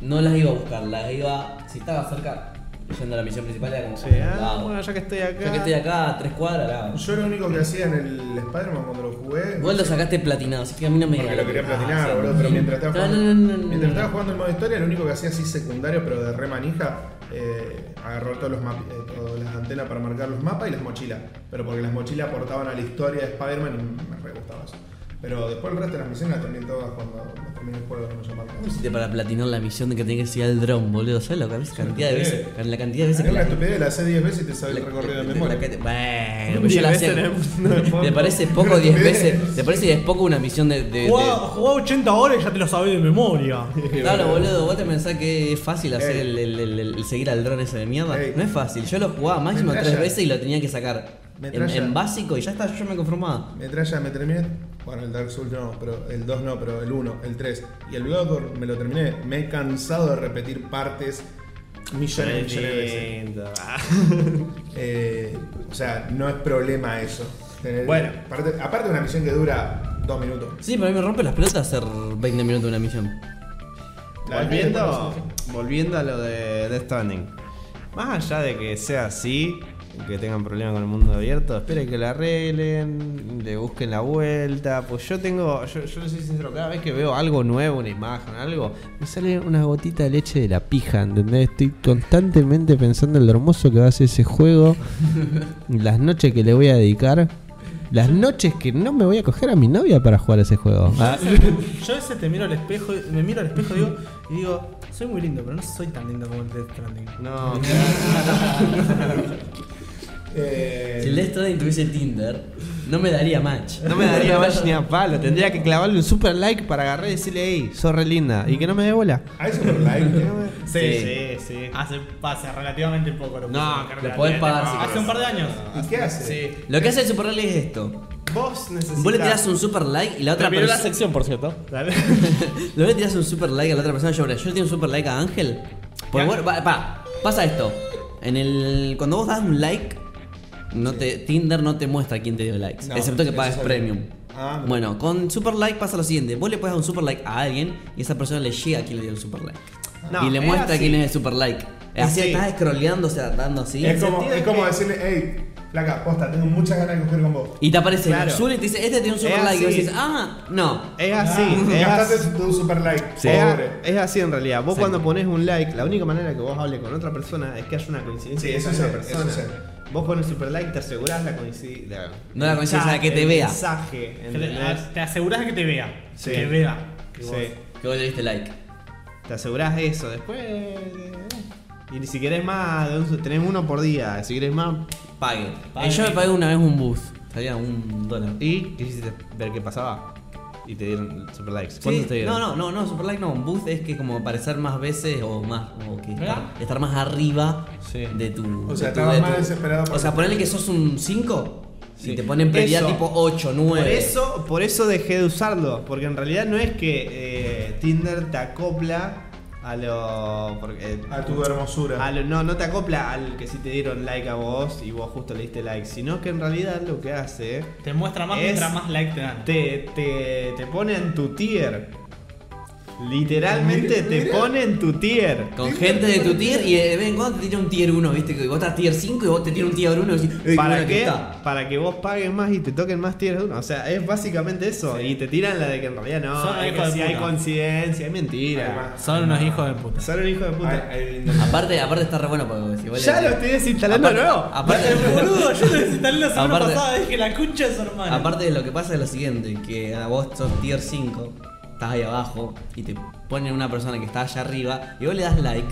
S3: No las iba a buscar, las iba. Si estaba cerca, yendo a la misión principal, era como.
S1: Sí, ah, bueno, ya que estoy acá.
S3: Ya que estoy acá a tres cuadras, la hago.
S4: Yo lo único que hacía en el Spider-Man cuando lo jugué.
S3: Vos lo sacaste platinado, así que a mí no me
S4: Porque lo quería
S3: digas.
S4: platinar,
S3: Ah, sí.
S4: boludo. Pero mientras estaba
S3: No,
S4: jugando,
S3: no, no, no, no,
S4: mientras
S3: no.
S4: estaba jugando en modo historia, lo único que hacía así secundario, pero de re manija, eh, agarró todos los map- eh, todas las antenas para marcar los mapas y las mochilas. Pero porque las mochilas aportaban a la historia de Spider-Man y me re gustaba eso. Pero después el resto de las misiones las terminé todas cuando cuando terminé el juego no llamaba.
S3: ¿Cómo hiciste para platinar la misión de que tenés que ir al dron, boludo? ¿Sabes lo que la cantidad de veces? La cantidad de veces que
S4: Es una
S3: la.
S4: estupidez, la hace 10 veces y te sabe
S3: la-
S4: el recorrido de
S3: la-
S4: memoria.
S3: la que te- Bueno, pero yo la
S1: veces
S3: hacía.
S1: en el-
S3: ¿Te parece poco 10 veces? ¿Te parece que es poco una misión de- de- de,
S5: Jugá, jugá 80 horas y ya te lo sabés de memoria.
S3: Claro, boludo, vos te pensás que es fácil hacer el, el- el- el seguir al dron ese de mierda.
S4: Ey.
S3: No es fácil, yo lo jugaba máximo tres
S4: Metralla.
S3: veces y lo tenía que sacar en,
S4: Metralla.
S3: en básico y ya está, yo me conformaba.
S4: Metralla me terminé. Bueno, el Dark Souls no, pero el 2 no, pero el 1, el 3 y el Bloodborne me lo terminé. Me he cansado de repetir partes millones, millones de veces.
S1: Tremendo. Ah.
S4: Eh, o sea, no es problema eso. Tener-
S1: Bueno.
S4: aparte, aparte una misión que dura 2 minutos.
S3: Sí, pero a mí me rompe las pelotas hacer 20 minutos de una misión.
S4: La verdad que
S1: Volviendo,
S4: después
S1: volviendo a lo de Death Stranding. Más allá de que sea así, que tengan problemas con el mundo abierto, esperen que lo arreglen, le busquen la vuelta. Pues yo tengo, yo, yo les soy sincero, cada vez que veo algo nuevo, una imagen, algo, me sale una gotita de leche de la pija, ¿entendés? Estoy constantemente pensando en lo hermoso que va a ser ese juego, las noches que le voy a dedicar. Las noches que no me voy a coger a mi novia para jugar ese juego. Ah.
S5: Yo a veces te miro al espejo, y- me miro al espejo y digo, y digo, soy muy lindo, pero no soy tan lindo como el Death Stranding.
S1: No,
S4: Eh,
S3: Si el Death Stranding tuviese Tinder, no me daría match.
S1: No me daría más ni a palo. Tendría que clavarle un super like para agarrar y decirle, hey, sos re linda. Y que no me dé bola.
S4: a eso por like. ¿no?
S3: Sí.
S1: sí, sí.
S5: Hace, hace relativamente poco lo
S1: No,
S5: puse.
S3: Lo podés pagar si
S5: Hace un
S3: querés.
S5: par de años.
S4: ¿Y qué hace?
S3: Lo que hace el Super Rally es esto.
S1: Vos necesitas.
S3: Vos le tirás un super like y la otra
S2: Terminó la
S3: persona.
S2: sección, por cierto. Dale.
S3: Lo que tirás un super like a la otra persona llora. Yo le tiro un super like a Ángel. Porque bueno, pa- pa, pasa esto. En el. Cuando vos das un like, no te, Tinder no te muestra quién te dio likes.
S4: No,
S3: excepto que
S4: eso
S3: pagues
S4: sabía.
S3: premium.
S4: Ah, mira.
S3: bueno, con super like pasa lo siguiente. Vos le puedes dar un super like a alguien y esa persona le llega a quien le dio el super like.
S1: No,
S3: y le
S1: es
S3: muestra
S1: así.
S3: quién es el super like. Así
S1: Sí.
S3: estás scrolleando, o sea, dando así.
S4: es como,
S1: sentido
S4: es
S1: de
S4: como
S1: que-
S4: decirle, hey, flaca, posta, tengo muchas ganas de coger con vos.
S3: Y te aparece
S1: Claro.
S3: el azul y te dice, este tiene un super
S1: Es
S3: like. Y vos
S1: así.
S3: dices, ah, no.
S1: Es así.
S4: Ah,
S1: es,
S4: gastaste
S1: así.
S4: tu super like.
S1: Sí.
S4: Pobre.
S1: Es- es así en realidad. Vos cuando pones un like, la única manera que vos hables con otra persona es que haya una coincidencia
S4: Sí, eso
S1: con esa
S4: sí,
S1: persona.
S4: eso sí.
S1: Vos con el super like te asegurás la coincidencia.
S3: No la coincidencia, la que te vea.
S1: mensaje, ¿entendés?
S5: Te aseguras que te vea.
S1: Sí.
S5: Que vea. que vos-
S1: Sí.
S3: Que vos le diste like.
S1: Te asegurás eso. Después. eh, Y ni si querés más, de un- tenés uno por día. Si querés más.
S3: Pague.
S5: Pague.
S3: Eh, Yo me pagué una vez un bus. Salía un dólar.
S1: Y quisiste ver qué pasaba. Y te dieron super likes.
S3: Sí,
S1: ¿Cuántos te dieron?
S3: No, no, no, no, Super Like no, un boost es que como aparecer más veces o más, o que
S5: ¿Verdad?
S3: estar, estar más arriba
S1: Sí.
S3: de tu...
S4: O sea,
S3: de tu-
S4: estabas
S3: de
S4: más
S3: tu-
S4: desesperado por-
S3: O sea, ponele que sos un 5
S1: Sí.
S3: y te ponen prioridad
S1: Eso.
S3: tipo 8, 9.
S1: Por eso, por eso dejé de usarlo, porque en realidad no es que eh, Tinder te acopla a lo. Porque, eh,
S4: A tu hermosura.
S1: a lo- no, no te acopla al que si te dieron like a vos y vos justo le diste like, sino que en realidad lo que hace
S5: Te muestra más
S1: Es-
S5: mientras más like te dan.
S1: te, te, te pone en tu tier. Literalmente te
S4: Mirá.
S1: ponen tu tier.
S3: Con gente de tu tier y de vez en cuando te tira un tier 1, viste, que vos estás tier 5 y vos te tira un tier 1 y decís, "Ey,
S1: ¿Para
S3: buena que
S1: qué?
S3: está".
S1: Para que vos pagues más y te toquen más tier 1. O sea, es básicamente eso. Y te tiran la de que en realidad
S5: Son
S1: no, es que
S5: hijos de
S1: si
S5: puta.
S1: hay conciencia, es mentira.
S5: Son unos hijos de puta.
S1: Son un hijo de puta.
S3: Aparte, aparte está re bueno porque si vos le-
S1: ya lo estoy desinstalando
S3: Aparte-
S1: nuevo.
S3: Aparte,
S5: Boludo, yo lo desinstalé la semana
S3: Aparte-
S5: pasada, dije la concha de su hermano.
S3: Aparte lo que pasa es lo siguiente, que a vos sos tier 5, estás ahí abajo y te ponen una persona que está allá arriba y vos le das like.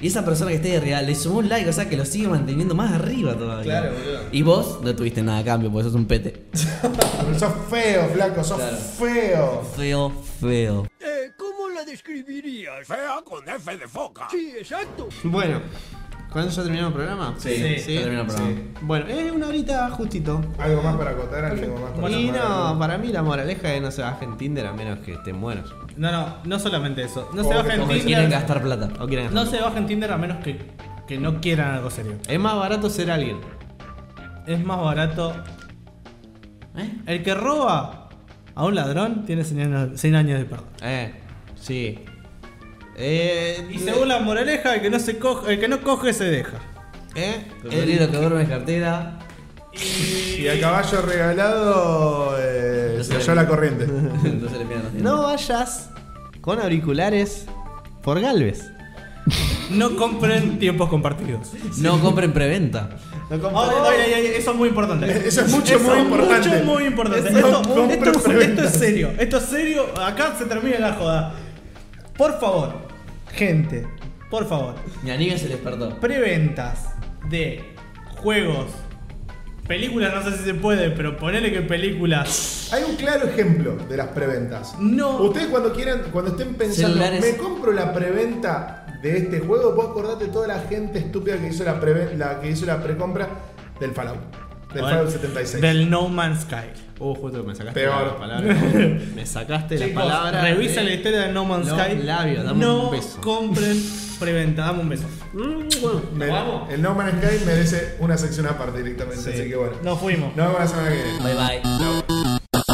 S3: Y esa persona que está ahí arriba le sumó un like, o sea que lo sigue manteniendo más arriba todavía.
S4: Claro, boludo.
S3: Y vos no tuviste nada a cambio, porque sos un pete.
S4: Pero sos feo, flaco, sos
S3: Claro.
S4: feo.
S3: Feo, feo.
S1: Bueno, ¿con eso ya terminamos el programa?
S5: Sí.
S3: Ya terminó el programa.
S1: Bueno, es una horita justito.
S4: Algo más para acotar, algo más para
S1: y
S4: sumar.
S1: no, para mí la moraleja es no se bajen Tinder a menos que estén buenos.
S5: No, no, no solamente eso. No
S4: O
S5: se
S4: que-
S5: bajen
S4: o
S3: Porque quieren
S5: Tinder.
S3: gastar plata.
S1: O quieran
S5: No se bajen Tinder a menos que, que no quieran algo serio.
S1: Es más barato ser alguien.
S5: Es más barato.
S3: ¿Eh?
S5: El que roba a un ladrón tiene 100 años, 100 años de perdón.
S1: Eh, sí. Eh,
S5: Y según la moraleja, el que no se coge, el que no coge se deja.
S1: eh,
S3: El lo que duerme es cartera.
S4: Y al caballo regalado eh, se cayó la corriente.
S3: no se le pierdan los dientes.
S1: no vayas con auriculares por Galvez.
S5: No compren tiempos compartidos.
S3: No compren preventa.
S1: No
S5: Ay, ay, ay, ay, eso es muy importante.
S4: Eso es mucho, muy importante.
S5: mucho, muy importante.
S4: Eso
S5: Esto,
S4: compren
S5: esto es-
S4: preventa.
S5: esto es serio. Esto es serio. Acá se termina la joda. Por favor, gente, por favor,
S3: Mi amiga se despertó.
S5: preventas de juegos, películas, no sé si se puede, pero ponele que películas.
S4: Hay un claro ejemplo de las preventas.
S5: No.
S4: Ustedes cuando quieran, cuando estén pensando,
S3: Celulares.
S4: me compro la preventa de este juego, vos acordate toda la gente estúpida que hizo la preven- la que hizo la precompra del Fallout, del Fallout 76.
S5: Del No Man's Sky.
S1: Uh, justo que me sacaste
S4: Peor.
S1: las palabras. Me sacaste las
S5: Chicos,
S1: palabras.
S5: revisa
S1: de-
S5: la historia de No Man's
S1: Los
S5: Sky.
S1: labios, dame
S5: no
S1: un beso.
S5: compren preventa, dame un beso.
S1: Mm, bueno,
S4: Me-
S1: ¿nos vamos?
S4: el No Man's Sky merece una sección aparte directamente, así que bueno.
S5: Nos fuimos.
S4: Nos vemos la semana que viene.
S3: Bye bye.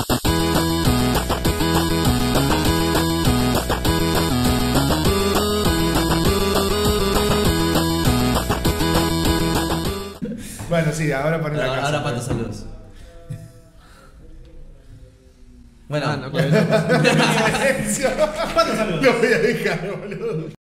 S4: Bueno, sí, ahora ponen la
S3: Ahora,
S4: casa.
S3: ahora pato saludos. Bueno,
S1: Ah, no, claro.
S4: Silencio.
S5: ¿Cuántos saludos?
S4: Lo voy a dejar, boludo.